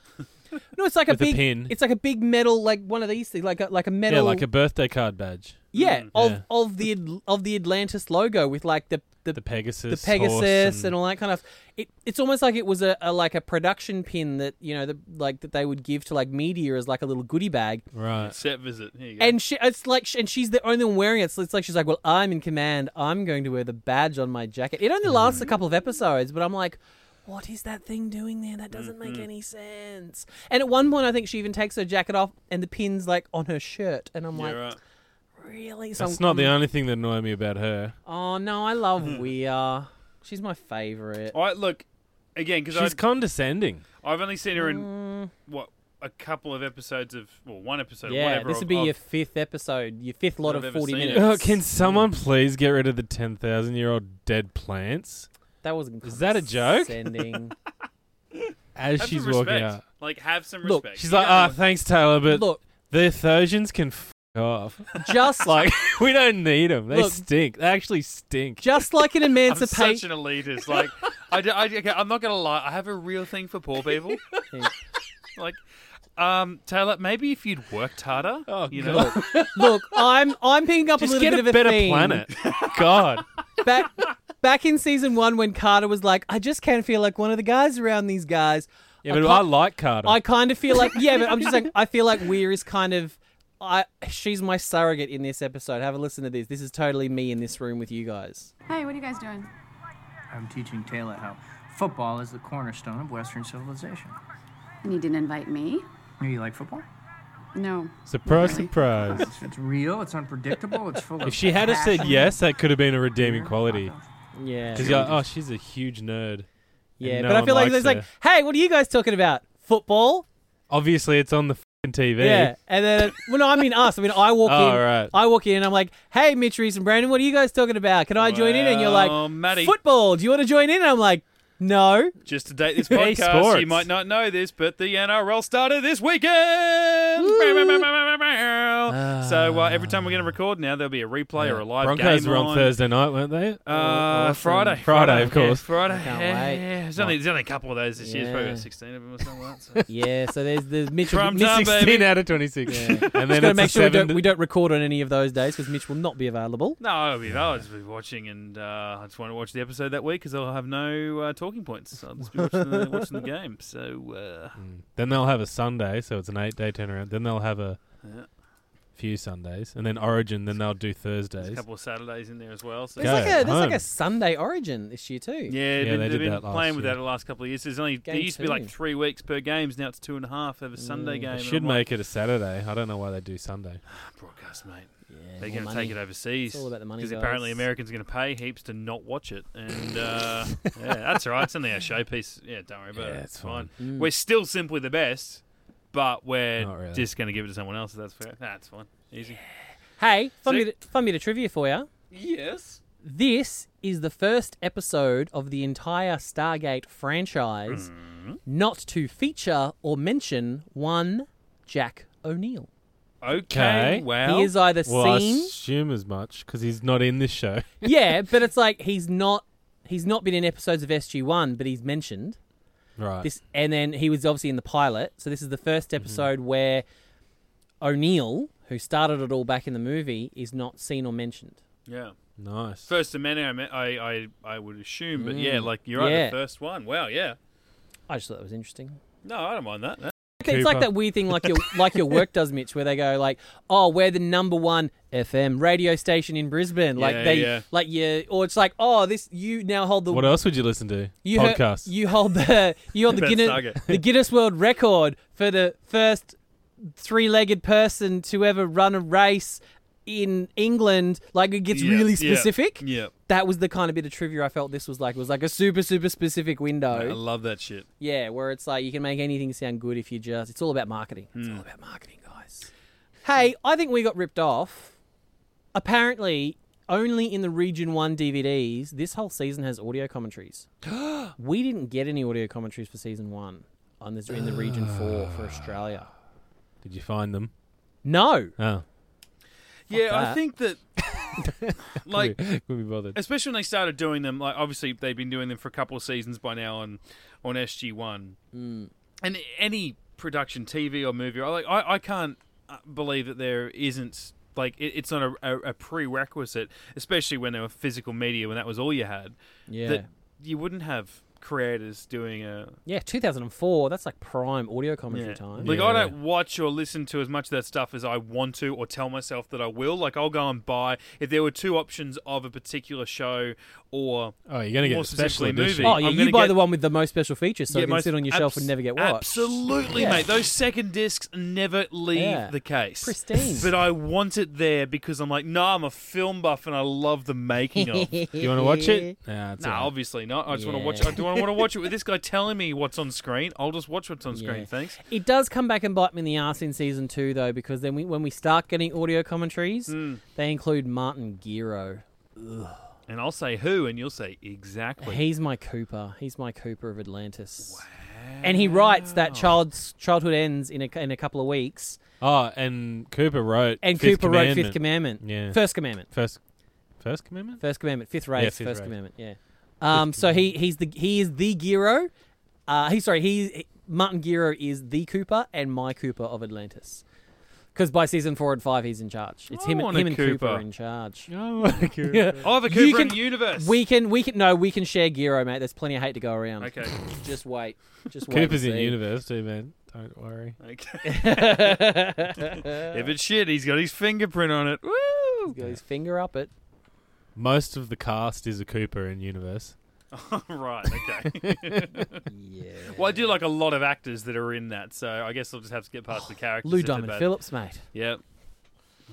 No, it's like a
With a
big.
pin.
It's like a big metal, like one of these things, like a, like a metal,
Yeah, like a birthday card badge.
yeah, of
Yeah.
of the Atl- of the Atlantis logo with like the the,
The Pegasus.
the
horse,
Pegasus and,
and
all that kind of. It, it's almost like it was a, a like a production pin that you know the, like that they would give to like media as like a little goodie bag.
Right.
Set visit. Here you go.
And she, it's like, she, and she's the only one wearing it. So it's like she's like, "Well, I'm in command. I'm going to wear the badge on my jacket." It only lasts
Mm.
a couple of episodes, but I'm like, "What is that thing doing there? That doesn't make
Mm-hmm.
any sense." And at one point, I think she even takes her jacket off, and the pin's like on her shirt, and I'm
yeah,
like,
right.
"Really?" So
That's
I'm-
not the only thing that annoyed me about her.
Oh no, I
Mm.
love Weir. She's my favorite.
All right, look again because
She's Mm. condescending.
I've only seen her in what a couple of episodes of well, one episode. or
Yeah,
whatever
this
of-
would be
of-
your fifth episode, your fifth lot
I've
of
ever
forty
seen it.
minutes.
Oh, can someone
Mm.
please get rid of the 10,000 year old dead plants
that was
Is that a joke?
condescending.
as
Have
she's
some respect.
walking out?
Like have some
Look,
respect.
She's
You
like,
know
ah, thanks, Taylor, but
Look,
the Thosians can f off.
just like
Like, we don't need them. They
Look-
stink. They actually stink.
just like an
I'm such
emancipation.
an elitist. Like, I, d- I, am not gonna lie. I have a real thing for poor people.
Yeah.
like, um, Taylor, maybe if you'd worked harder,
Oh,
you know,
God.
Look, I'm I'm picking up a
Just
little
get
bit of
a,
a
better
theme.
planet. God.
Back back in season one when Carter was like, I just can't feel like one of the guys around these guys.
Yeah,
I
but I,
can't-
like Carter.
I kind of feel like yeah, but I'm just like I feel like Weir is kind of I she's my surrogate in this episode. Have a listen to this. This is totally me in this room with you guys.
Hey, what are you guys doing?
I'm teaching Taylor how football is the cornerstone of Western civilization.
And you didn't invite me?
You like football?
No.
surprise, surprise.
It's, it's real. It's unpredictable. It's full of.
if she had have said
passion.
yes, that could have been a redeeming quality.
Yeah,
Because you're like, oh, she's a huge nerd.
yeah.
no
but I
one
feel like
likes
there's like, hey, what are you guys talking about? Football?
Obviously, it's on the fing TV.
Yeah. And then well, no, I mean us. I mean I walk
Oh,
in.
right.
I walk in and I'm like, hey, Mitch Reese and Brandon, what are you guys talking about? Can I join in? And you're like,
Well, Matty.
football. Do you want to join in? And I'm like, no.
just to date this
Hey,
podcast,
sports.
you might not know this, but the NRL started this weekend. so uh, every time we're going to record now, there'll be a replay or a live
Ah. Broncos
game
were on,
on
Thursday night, weren't they?
Uh, Friday,
Friday, of
yeah,
course.
Friday.
Can't
yeah,
wait.
There's only, there's only a couple of those this year. There's probably
Yeah.
about 16 of them or something like that. So.
Yeah. So there's the Mitch.
Prime
Mitch
time,
Reese-
Ah, baby.
16 out of 26. And
Just
then
gotta
it's
make
make
sure we
seven.
don't, we don't record on any of those days because Mitch will not be available.
No, I'll be, I'll just be watching, and uh, I just want to watch the episode that week because I'll have no uh, talking points. I'll just be watching the, watching the game. So, uh,
Hmm. Then they'll have a Sunday, so it's an eight day turnaround. Then they'll have a
Yeah.
few Sundays. And then Origin, then they'll do
there's a
Thursdays.
couple of Saturdays in there as well. So.
There's
Go
like a there's like
home.
a Sunday Origin this year too.
Yeah, they've been,
Yeah, they
they've
did
been
that last
playing with
year.
that the last couple of years. There's only there
Game
used to be like
two.
three weeks per games. Now it's two and a half over Sunday game.
They
and
should
I'm
make it a Saturday. I don't know why they do Sunday.
like, broadcast, mate.
Yeah,
They're
more
going to
money.
take it overseas.
It's all about the money,
Because
guys.
apparently Americans are going to pay heaps to not watch it. And uh, yeah, that's all right. It's only a showpiece. Yeah, don't worry about
Yeah,
it.
it's fine.
Mm.
We're still simply the best, but we're
Not really.
just going to give it to someone else. If that's fair. That's fine. Easy.
Hey, fun
See?
bit, fun bit of trivia for you.
Yes.
This is the first episode of the entire Stargate franchise not to feature or mention one Jack O'Neill.
Okay.
Okay.
Well,
he is either
Well, I
seen,
assume as much because he's not in this show.
yeah, but it's like he's not. He's not been in episodes of SG One, but he's mentioned.
Right.
This, and then he was obviously in the pilot. So this is the first episode where O'Neill, who started it all back in the movie, is not seen or mentioned.
yeah.
nice.
First amendment, I, I, I would assume, but yeah, like you're right,
Mm. Yeah.
the first one. Wow, yeah.
I just thought that was interesting.
No, I don't mind that. That-
It's like
Cooper.
that weird thing, like your like your work does, Mitch, where they go like, "Oh, we're the number one FM radio station in Brisbane." Like
Yeah,
they,
yeah.
like you, or it's like, "Oh, this you now hold the
What else would you listen to?
you ho-
Podcasts.
you hold the you hold the
Best
Guinness
target.
the Guinness World Record for the first three-legged person to ever run a race in England." Like it gets
yeah,
really
yeah,
specific.
Yeah.
That was the kind of bit of trivia I felt this was like. It was like a super super specific window.
I love that shit.
Yeah, where it's like you can make anything sound good if you just. It's all about marketing. It's
Hmm.
all about marketing, guys. Hey, I think we got ripped off. Apparently, only in the Region 1 DVDs, this whole season has audio commentaries. we didn't get any audio commentaries for season 1 on this, in the Region 4 for Australia.
Did you find them?
No.
Oh,
yeah, I
that.
think that like
could be bothered.
especially when they started doing them. Like obviously they've been doing them for a couple of seasons by now on on SG One,
Mm.
and any production TV or movie. I like I, I can't uh, believe that there isn't like it, it's not a, a, a prerequisite, especially when they were physical media when that was all you had.
Yeah.
That you wouldn't have creators doing a
yeah, 2004, that's like prime audio commentary
Yeah.
time.
Like
Yeah.
I don't watch or listen to as much of that stuff as I want to or tell myself that I will. Like I'll go and buy if there were two options of a particular show or
Oh, you're gonna get
more
a special
specifically a
edition.
movie.
Oh, yeah,
I'm
you
gonna
buy
get-
the one with the most special features so
yeah,
you can
most-
sit on your shelf
abs-
and never get watched.
Absolutely,
Yeah.
mate. Those second discs never leave
Yeah.
the case.
Pristine.
But I want it there because I'm like, nah, I'm a film buff and I love the making of.
Oh,
You want to watch it? Nah, it's
No,
all right.
obviously not. I just want to watch.
Yeah.
I do want to watch it with this guy telling me what's on screen. I'll just watch what's on screen.
Yeah.
Thanks.
It does come back and bite me in the ass in season two, though, because then we, when we start getting audio commentaries, they include Martin Giro.
And I'll say who, and you'll say exactly.
He's my Cooper. He's my Cooper of Atlantis. And he writes that child's childhood ends in a, in a couple of weeks,
Oh, and Cooper wrote.
and
Fifth
Cooper wrote Fifth Commandment.
Commandment. Yeah.
First Commandment.
First, first commandment.
First Commandment. Fifth race.
Yeah, Fifth
first
Race.
Commandment. Yeah. Um. So he he's the he is the Giro. Uh. He sorry. He he- Martin Giro is the Cooper and my Cooper of Atlantis. Because by season four and five, he's in charge. It's
I
him,
want
him
a
and Cooper.
Cooper.
in charge.
Oh, Cooper.
I'll have a
You
Cooper in
can-
the universe.
We can, we can, no, we can share Giro, mate. There's plenty of hate to go around.
Okay.
Just wait. Just wait. and
Cooper's in
see.
universe too, man. Don't worry.
Okay. if it's shit, he's got his fingerprint on it. Woo!
Got his finger up it.
Most of the cast is a Cooper in universe.
right. Okay.
Yeah.
well, I do like a lot of actors that are in that, so I guess I'll just have to get past the characters.
Oh, Lou
if they're
Diamond
bad.
Phillips, mate.
Yep.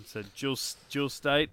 So Jill, Jill State,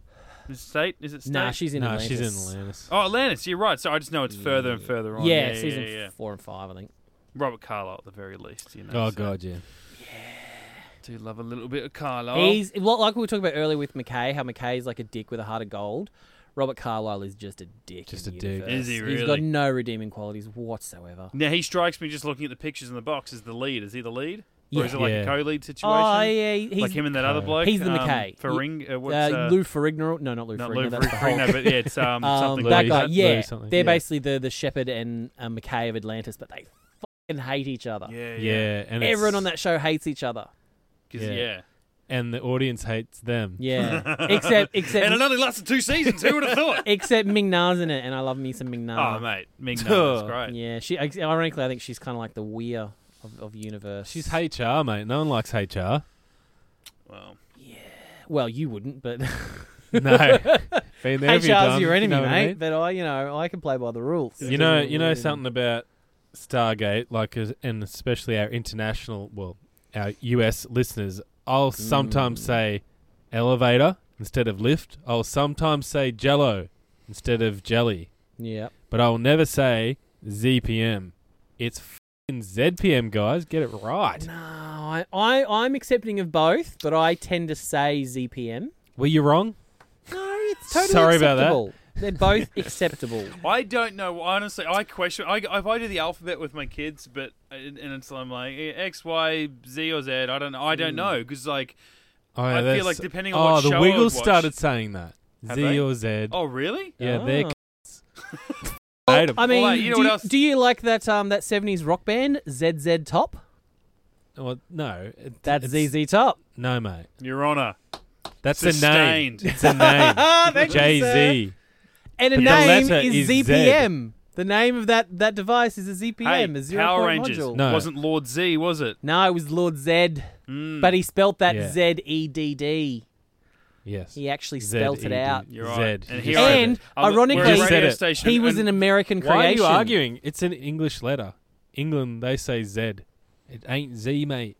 is it State? Is it State?
Nah, she's in
no,
Atlantis.
she's in Atlantis.
Oh, Atlantis. You're right. So I just know it's further and further on.
Yeah,
Yeah, yeah,
season
yeah, yeah.
four and five, I think.
Robert Carlyle at the very least. You know.
Oh
so
god, yeah.
I do love a little bit of Carlyle.
Oh.
He's well, like we were talking about earlier with McKay, how McKay's like a dick with a heart of gold. Robert Carlyle is just a dick.
Just
in
a
the
dick.
universe.
Is he
He's
really?
got no redeeming qualities whatsoever.
now he strikes me just looking at the pictures in the box as the lead. Is he the lead, or is it like
Yeah.
a co-lead situation?
Oh yeah, he- he's
like him and that other bloke.
he's the
um,
McKay.
Faring, uh, what's,
uh,
uh,
Lou Ferrigno. No, not Lou
not
Ferrigno.
Lou
that's the Hulk.
Faring, no, but yeah, it's um,
um,
something
that
like
guy.
that.
yeah,
Lou something.
they're
Yeah.
basically the the Shepherd and uh, McKay of Atlantis, but they fucking hate each other.
Yeah,
Yeah,
yeah,
and it's-
Everyone on that show hates each other.
'Cause,
Yeah.
yeah.
and the audience hates them.
Yeah, except except
And it only lasted two seasons. Who would have thought?
except Ming Na's in it, and I love me some Ming Na.
oh, mate, Ming Na, that's great.
Yeah, she ironically, I think she's kind of like the weir of, of universe.
She's HR, mate. No one likes HR.
Well,
well, you wouldn't, but
No, been there. a few
HR's
times,
your enemy,
you know what I
mate.
mean?
But I, you know, I can play by the rules.
You know, you know something about Stargate, like, as- and especially our international, well, our US listeners. I'll
Mm.
sometimes say elevator instead of lift. I'll sometimes say Jello instead of jelly,
Yeah,
but I'll never say ZPM. It's fing ZPM, guys. Get it right.
no, Oh, I, I, I'm accepting of both, but I tend to say ZPM.
Were you wrong?
No, it's totally
Sorry about that.
acceptable. They're both acceptable.
I don't know. Honestly, I question. I if I do the alphabet with my kids, but and and it's I'm like eh, X, Y, Z, or Z. I don't. know. I
Hmm.
don't know because like,
Oh,
I feel
that's-
like depending on
oh,
what
the
show I would
Wiggles
watch-
started saying that
Have
Z
they?
or Z.
oh really?
Yeah, they're
Ah.
cunts. Hate 'em.
I mean,
Well, you know
do,
what
you,
else-
do you like that um that '70s rock band ZZ Top?
Well, no, it-
That's
it's-
ZZ Top.
No, mate,
Your Honor,
that's
sustained.
a name. It's a name.
Ah, thank you,
Jay
sir.
Z.
And a
But the
name
letter
is,
is Z.
ZPM. The name of that, that device is a
Hey,
ZPM, a zero
Power
point
Rangers
module.
No.
wasn't Lord Z, was it?
No, it was Lord Zed,
Hmm.
but he spelt that
Yeah.
Z E D D.
Yes.
He actually
E
spelled it out.
You're right.
Z.
And
You
he
said
And
it.
I'm- we're a
ironically,
radio
He said it.
station,
He was
and-
an American creation.
Why are you arguing? It's an English letter. England, they say Z. It ain't Z, mate.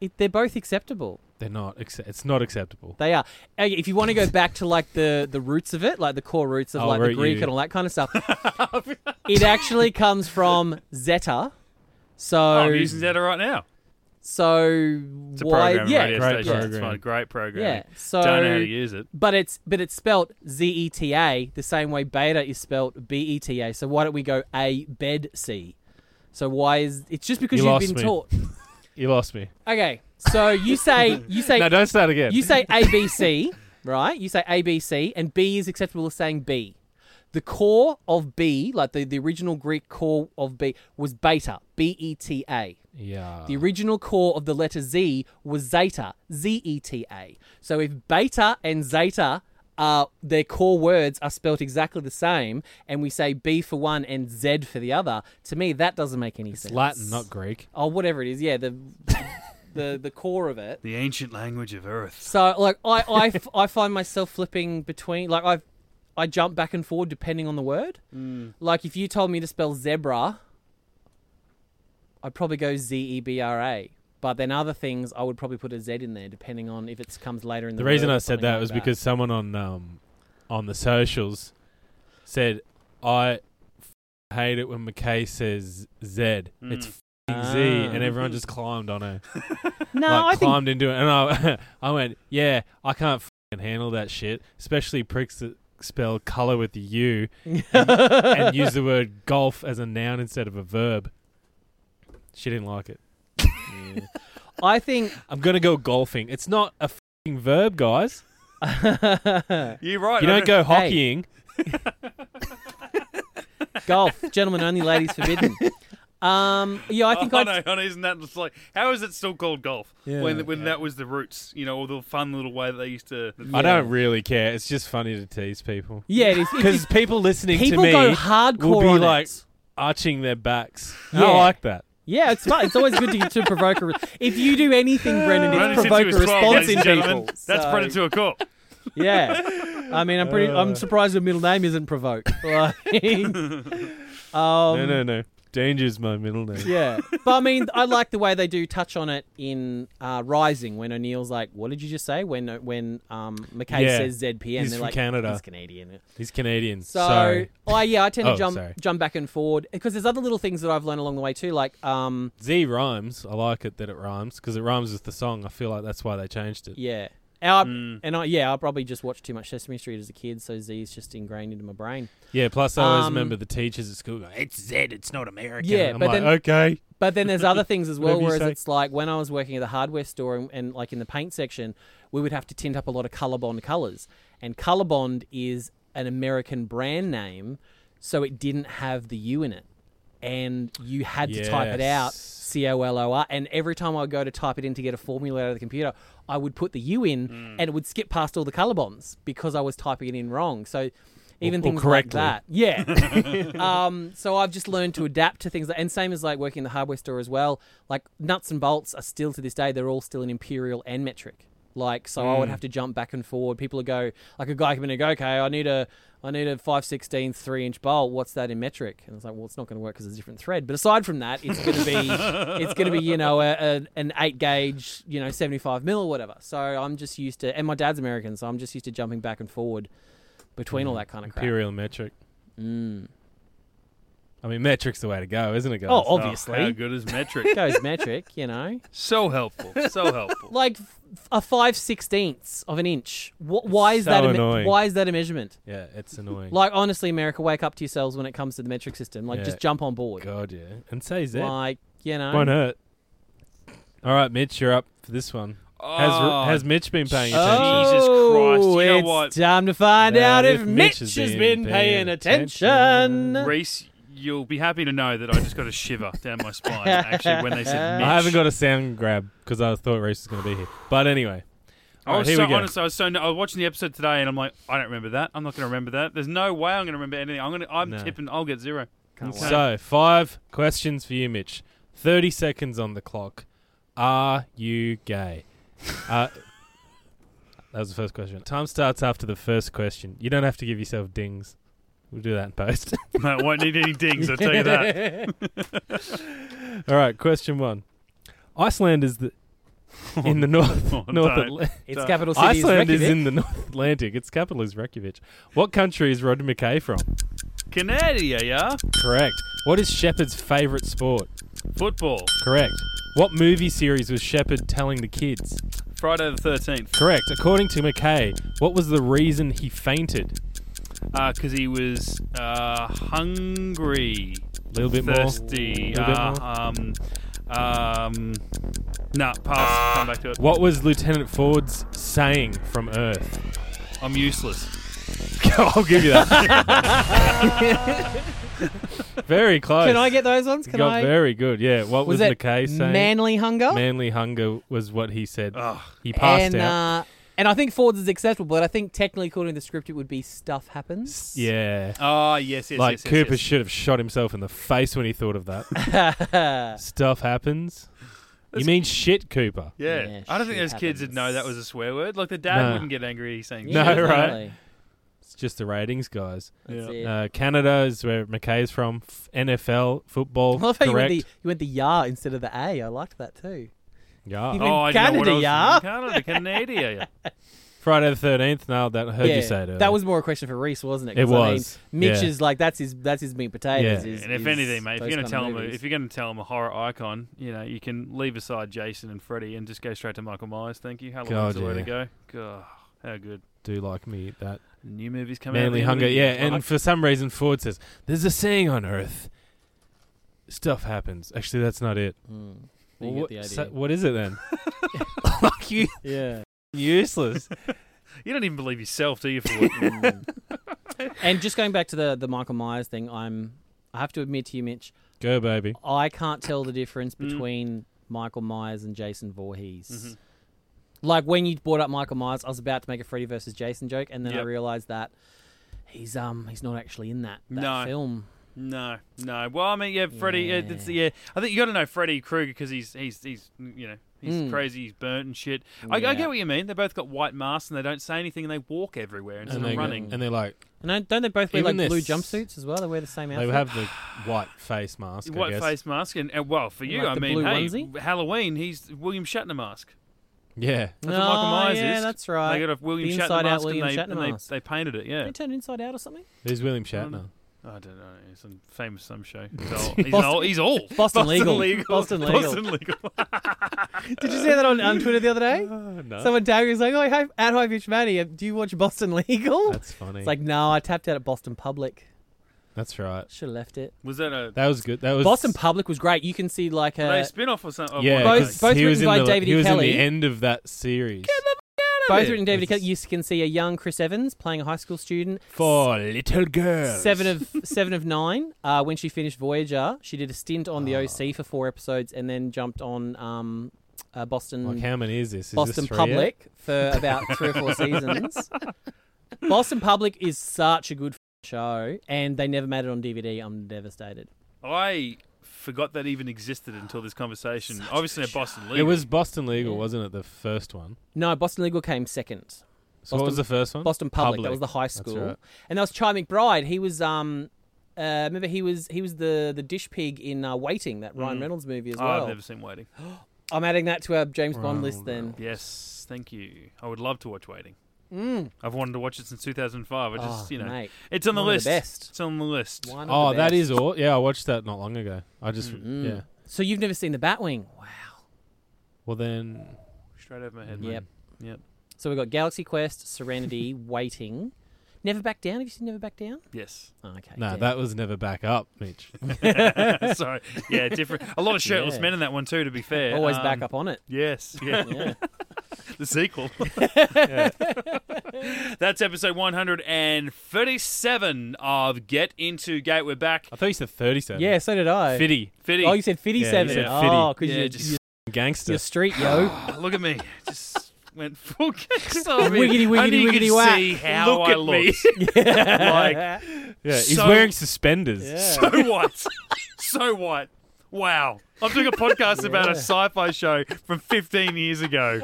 It- they're both acceptable.
They're not. Acce- It's not acceptable.
They are. Uh, If you want to go back to like the the roots of it, like the core roots of
Oh,
I'll
like the
root
Greek
you.
and all that kind of stuff, it actually comes from Zeta. So
Oh, I'm using Zeta right now.
So
It's a
why?
program
yeah,
radio
great
station. It's
program.
fine. Great program.
Yeah, so-
Don't know how to use it.
But it's but it's spelt Z E T A the same way beta is spelt B E T A. So why don't we go A bed C? So why is it's just because
You
you have
lost
been
me.
taught?
You lost me.
Okay, so you say you say
No, don't start again.
you say A B C, right? You say A B C, and B is acceptable as saying B. The core of B, like the, the original Greek core of B, was beta, B E T A.
Yeah.
The original core of the letter Z was zeta, Z E T A. So if beta and zeta are their core words are spelt exactly the same, and we say B for one and Z for the other, to me that doesn't make any sense.
Latin, not Greek.
oh whatever it is, yeah the the the core of it.
The ancient language of Earth.
So like I I, f- I find myself flipping between like I I jump back and forward depending on the word.
Mm.
Like if you told me to spell zebra, I'd probably go Z E B R A. But then other things I would probably put a Z in there depending on if it comes later in the.
The reason
word
I
or
said
something
that
like
was because someone on um, on the socials said I f- hate it when McKay says Z. It's f- Z,
Mm. Ah.
and everyone just climbed on her,
no,
like
I think
climbed into it, and I I went, yeah, I can't f- handle that shit, especially pricks that spell color with the U and use the word golf as a noun instead of a verb. She didn't like it.
I think
I'm gonna go golfing. It's not a f***ing verb, guys.
You're right.
You
I
don't go hockeying.
golf, gentlemen only, ladies forbidden. Um, yeah, I think
oh,
I'd-
no, honey, isn't that just like how is it still called golf when when that was the roots? You know, or the fun little way that they used to.
I don't really care. It's just funny to tease people.
yeah, it is. It
Because
is
people listening
people
to me
go hardcore
will be
on
like
it.
arching their backs.
Yeah.
I like that.
Yeah, it's fun. It's always good to, to provoke a. Re- if you do anything, Brendan,
Brennan
it's
since
provoke
he
a
was 12,
response
ladies
in
and gentlemen.
people.
That's
So,
Brennan to a call.
Yeah, I mean, I'm pretty. I'm surprised her middle name isn't provoke. Like, um,
no, no, no. Danger's my middle name.
Yeah, but I mean, I like the way they do touch on it in uh, Rising when O'Neill's like, "What did you just say?" When when um, McKay
Yeah.
says ZPN,
He's
they're
from
like,
Canada.
"He's Canadian."
He's Canadian.
So,
Sorry.
oh yeah, I tend to
Oh,
jump
sorry.
jump back and forward because there's other little things that I've learned along the way too, like um,
Z rhymes. I like it that it rhymes because it rhymes with the song. I feel like that's why they changed it.
Yeah. And I, and I, yeah, I probably just watched too much Sesame Street as a kid, so Z is just ingrained into my brain.
Yeah. Plus, I always
Um,
remember the teachers at school going, "It's Z. It's not American."
Yeah,
I'm
but
like,
then-
okay.
But then there's other things as well,
Whatever you
whereas
say.
it's like when I was working at the hardware store and, and like in the paint section, we would have to tint up a lot of Colorbond colors, and Colorbond is an American brand name, so it didn't have the U in it, and you had to type it out
Yes.
C O L O R. And every time I would go to type it in to get a formula out of the computer, I would put the U in,
Hmm.
and it would skip past all the Colorbonds because I was typing it in wrong. So. Even
or
things
correctly.
like that, yeah. um, so I've just learned to adapt to things, and same as like working in the hardware store as well. Like nuts and bolts are still to this day, they're all still in imperial and metric. Like so, I would have to jump back and forward. People would go like a guy came in and go, okay, I need a I need a five sixteenth three inch bolt. What's that in metric? And I was like, well, it's not going to work because it's a different thread. But aside from that, it's going to be it's going to be you know a, a, an eight gauge you know seventy five mil or whatever. So I'm just used to, and my dad's American, so I'm just used to jumping back and forward between all that kind of crap. Mm.
Imperial metric. I mean, metric's the way to go, isn't it, guys?
Oh,
Oh, how
obviously.
good is metric?
goes metric, you know.
so helpful. So helpful.
Like f- a five sixteenths of an inch. Wh- why is
so
that? A me-
annoying.
why is that a measurement?
yeah, it's annoying.
Like honestly, America, wake up to yourselves when it comes to the metric system. Like
Yeah.
just jump on board.
God, yeah. And say Z.
Like you know.
Won't hurt. All right, Mitch, you're up for this one.
Oh,
has has Mitch been paying attention?
Jesus Christ, you know
Oh, it's
what?
time to find
Now,
out
if
if Mitch has been, paying attention.
Reese, you'll be happy to know that I just got a shiver down my spine. Actually, when they said Mitch.
I haven't got a sound grab because I thought Reese was going to be here. But anyway,
I was
Alright, here
so
we go.
honest. I was so. I was watching the episode today, and I'm like, I don't remember that. I'm not going to remember that. There's no way I'm going to remember anything. I'm going to. I'm
No.
tipping. I'll get zero. Okay.
so five questions for you, Mitch. Thirty seconds on the clock. Are you gay? Uh, that was the first question. Time starts after the first question. You don't have to give yourself dings. We'll do that in post.
I won't need any dings. I tell you that.
All right, question one. Iceland is the in the north
Oh,
north
don't.
Atla-
Its capital city
Iceland
is
is,
Reykjavik.
in the North Atlantic. Its capital is Reykjavik. What country is Rod McKay from?
Canada, yeah.
Correct. What is Shepard's favourite sport?
Football.
Correct. What movie series was Shepard telling the kids?
Friday the Thirteenth,
Correct. According to McKay, what was the reason he fainted?
because he was uh, hungry,
A little bit
thirsty.
more. A little
uh,
bit more.
Um, um, nah, pass. Come back to it.
What was Lieutenant Ford's saying from Earth?
I'm useless.
I'll give you that. very close.
Can I get those ones?
You
Can
got
I?
very good. Yeah. What was,
was it
McKay saying?
manly hunger?
Manly hunger was what he said.
Ugh.
He passed
and,
out.
Uh, and I think Ford's is acceptable, but I think technically according to the script it would be stuff happens.
yeah.
Ah, yes, yes,
like
yes, yes,
Cooper
yes.
should have shot himself in the face when he thought of that. Stuff happens. you mean shit, Cooper?
Yeah.
Yeah,
I don't think
shit
those kids would know that was a swear word. Like the dad
No.
wouldn't get angry saying
No,
shit.
right.
definitely.
It's just the ratings, guys.
That's
Yeah.
it.
Uh, Canada is where McKay's from. F- NFL football.
I love how you went,
correct.
the, you went the yar instead of the a. I liked that too.
yeah.
you
Oh, I know what
Canada,
I
yeah.
was thinking. Canada, Canada.
Friday the Thirteenth. Now that I heard
yeah,
you say it. earlier.
that was more a question for Reese, wasn't it?
It
'Cause, I
was,
mean, Mitch
yeah.
is like that's his that's his meat and potatoes.
Yeah.
is-
And if
is
anything, mate, if
those
you're gonna
kind
tell
of
him, a,
movies.
if you're gonna tell him a horror icon, you know, you can leave aside Jason and Freddy and just go straight to Michael Myers. Thank you. Halloween's
God,
the way to
yeah.
go. God, how good.
do like me that
New movies coming out.
manly
at the end of
hunger.
the
Yeah,
year.
and
Like-
for some reason Ford says there's a saying on Earth. Stuff happens. Actually, that's not it.
Hmm. You
Well,
get
what,
the
so-
idea.
what is it then? like you
yeah.
useless.
you don't even believe yourself, do you? For
And just going back to the the Michael Myers thing, I'm I have to admit to you, Mitch,
Go baby.
I can't tell the difference
Mm.
between Michael Myers and Jason Voorhees.
Mm-hmm.
Like when you brought up Michael Myers, I was about to make a Freddy versus Jason joke, and then I
Yep.
realized that he's um he's not actually in that, that
No.
film.
no, no. Well, I mean, yeah, Freddy. Yeah, it's, yeah. I think you got to know Freddy Krueger because he's he's he's you know he's
Hmm.
Mm.
crazy, he's burnt and shit. I, I
Yeah.
get what you mean. They both got white masks and they don't say anything and they walk everywhere instead
And
of
they
running.
and they're like
And don't- don't they both wear
Even
like blue
this-
jumpsuits as well? They wear the same outfit.
they have the white face mask. I
White
guess.
face mask and, and well for you,
Like
I
the
mean,
blue
hey,
onesie?
Halloween. He's William Shatner mask.
Yeah.
That's what Michael
Oh,
Myers
yeah,
is.
that's right.
They got a William
The
Shatner
inside-out
mask, and
William
they-
Shatner
and they,
mask.
they painted it.
Did
Yeah,
he turn inside out or something?
Who's William Shatner?
I don't know. He's on famous some show. He's old. He's old. He's old.
Boston Legal.
Boston
Boston
Legal.
Legal.
Boston Legal.
Did you see that on, on Twitter the other day? Someone tagged me was like, "Oh, hi, at High Beach Matty, uh, do you watch Boston Legal?"
That's funny.
it's like, no, I tapped out at Boston Public.
That's right.
Should have left it.
Was that a
That was good. That was Oh,
Boston Public was great. You can see like uh,
were they
a
a spin-off or something? Oh, of one
Yeah,
of
Both-
those?
'cause
both
he was
written by
in the,
David E.
He was
Kelley.
in the end of that series.
both
it.
written David
That's-
Kelly. You can see a young Chris Evans playing a high school student.
For little girls.
Seven of seven of nine. Uh, when she finished Voyager, she did a stint on the
Ah.
OC for four episodes, and then jumped on um, uh, Boston
Like how many is this? Is this
Boston
three
Public for about three or four seasons. Boston Public is such a good f- show, and they never made it on DVD. I'm devastated.
I forgot that even existed until this conversation. Obviously, a Boston
yet? It
Legal.
was Boston Legal, wasn't it? The first one.
No, Boston Legal came second.
So what was
Boston-
the first one?
Boston Public, that was the high
That's
school,
right.
and that was Chai McBride. He was um, uh, remember he was he was the the dish pig in uh, Waiting, that Ryan Reynolds movie as
Oh,
well.
I've never seen Waiting.
I'm adding that to our James Bond list then.
Yes, thank you. I would love to watch Waiting. I've wanted to watch it since 2005. I just,
Oh,
you know,
Mm. mate.
it's on the
One of
list.
the best.
It's on the list.
One of
Oh,
the
that
best. Mm-hmm.
is all. Yeah, I watched that not long ago. I just yeah.
So you've never seen the Batwing? Wow.
Well then,
Straight over my head.
Yep.
man. Yep.
So we've got Galaxy Quest, Serenity, Waiting, Never Back Down. Have you seen Never Back Down?
Yes.
Oh, okay.
no,
damn.
that was never back up, Mitch.
Sorry. Yeah, different. A lot of shirtless
Yeah.
men in that one too. To be fair,
always back
Um,
up on it.
Yes. Yeah.
Yeah.
the sequel. That's episode 137 of Get Into Gate. We're back.
I thought you said thirty-seven.
Yeah, so did I.
fitty
Fitty.
Oh, you said
Yeah,
57.
you said
oh, because
Yeah,
you're,
just
you're,
gangster.
you're street, yo.
Ah, Look at me. Just went full gangster.
Wiggity, wiggity,
Only you
wiggity,
can
whack.
see how
Look
I
at me.
look. like,
yeah, he's
so-
wearing suspenders.
so what? So what? Wow. I'm doing a podcast about a sci-fi show from 15 years ago.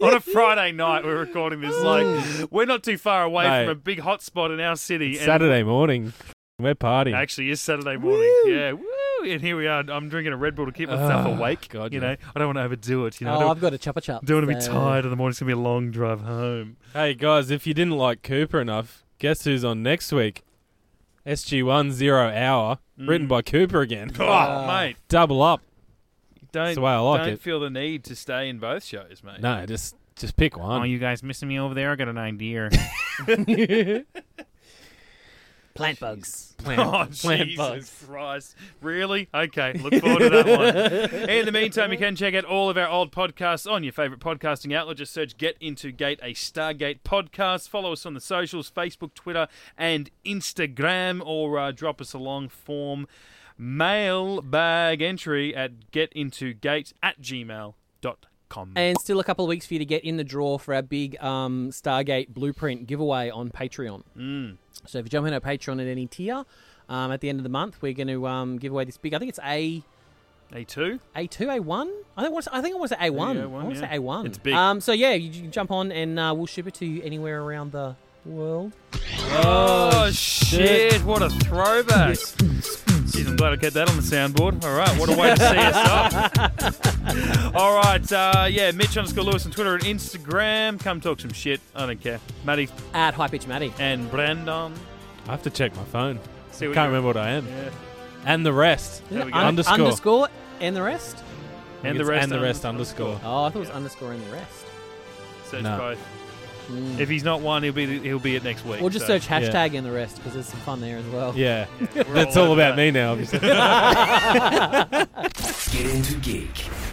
On a Friday night, we're recording this. Like, we're not too far away
Mate.
from a big hotspot in our city. and-
Saturday morning, we're partying.
Actually, it's Saturday morning. Yeah, woo! And here we are. I'm drinking a Red Bull to keep myself
Ah,
awake.
God,
you
yeah.
know, I don't want to overdo it. You know, I
Oh,
don't,
I've got a chopper chop.
don't want to be tired in the morning. It's gonna be a long drive home.
Hey guys, if you didn't like Cooper enough, guess who's on next week? SG one zero hour,
Mm.
written by Cooper again.
Oh, mate,
Double up.
don't
Ah. the way I like
don't
it.
feel the need to stay in both shows, mate.
No, just just pick one.
Oh, guys missing me over there? I got an idea.
Plant bugs.
oh,
plant,
Jesus Christ. Really? Okay, look forward to that one. In the meantime, you can check out all of our old podcasts on your favourite podcasting outlet. Just search Get Into Gate, a Stargate podcast. Follow us on the socials Facebook, Twitter, and Instagram, or uh, drop us a long form mailbag entry at getintogate at gmail.com.
And still a couple of weeks for you to get in the draw for our big um, Stargate Blueprint giveaway on Patreon. Mm. So if you jump in our Patreon at any tier, um, at the end of the month, we're going to um, give away this big. I think it's a
A2?
A two, A one. I think. I want to- I think I want to say A one.
Yeah,
I
A1,
want to
yeah.
say A one.
It's big.
Um. So yeah, you, you jump on and uh, we'll ship it to you anywhere around the world.
Oh shit! What a throwback! Jeez, I'm glad I kept that on the soundboard. All right, what a way to see us up. All right, uh, yeah, Mitch underscore Lewis on Twitter and Instagram. Come talk some shit. I don't care. Maddie
At High Pitch Maddie.
and Brandon.
I have to check my phone.
See what
Can't
you-
remember what I am.
Yeah.
And the rest.
There we go.
Underscore.
Underscore and the rest.
And the
It's
rest.
And the rest underscore.
Oh, I thought it was underscore and the rest.
Search
No.
both. If he's not one, he'll be the, he'll be it next week.
Or Hmm. just
so-
search hashtag and the rest because there's some fun there as well.
Yeah.
we're
That's
all
all
over that.
about me now, obviously.
Get into geek.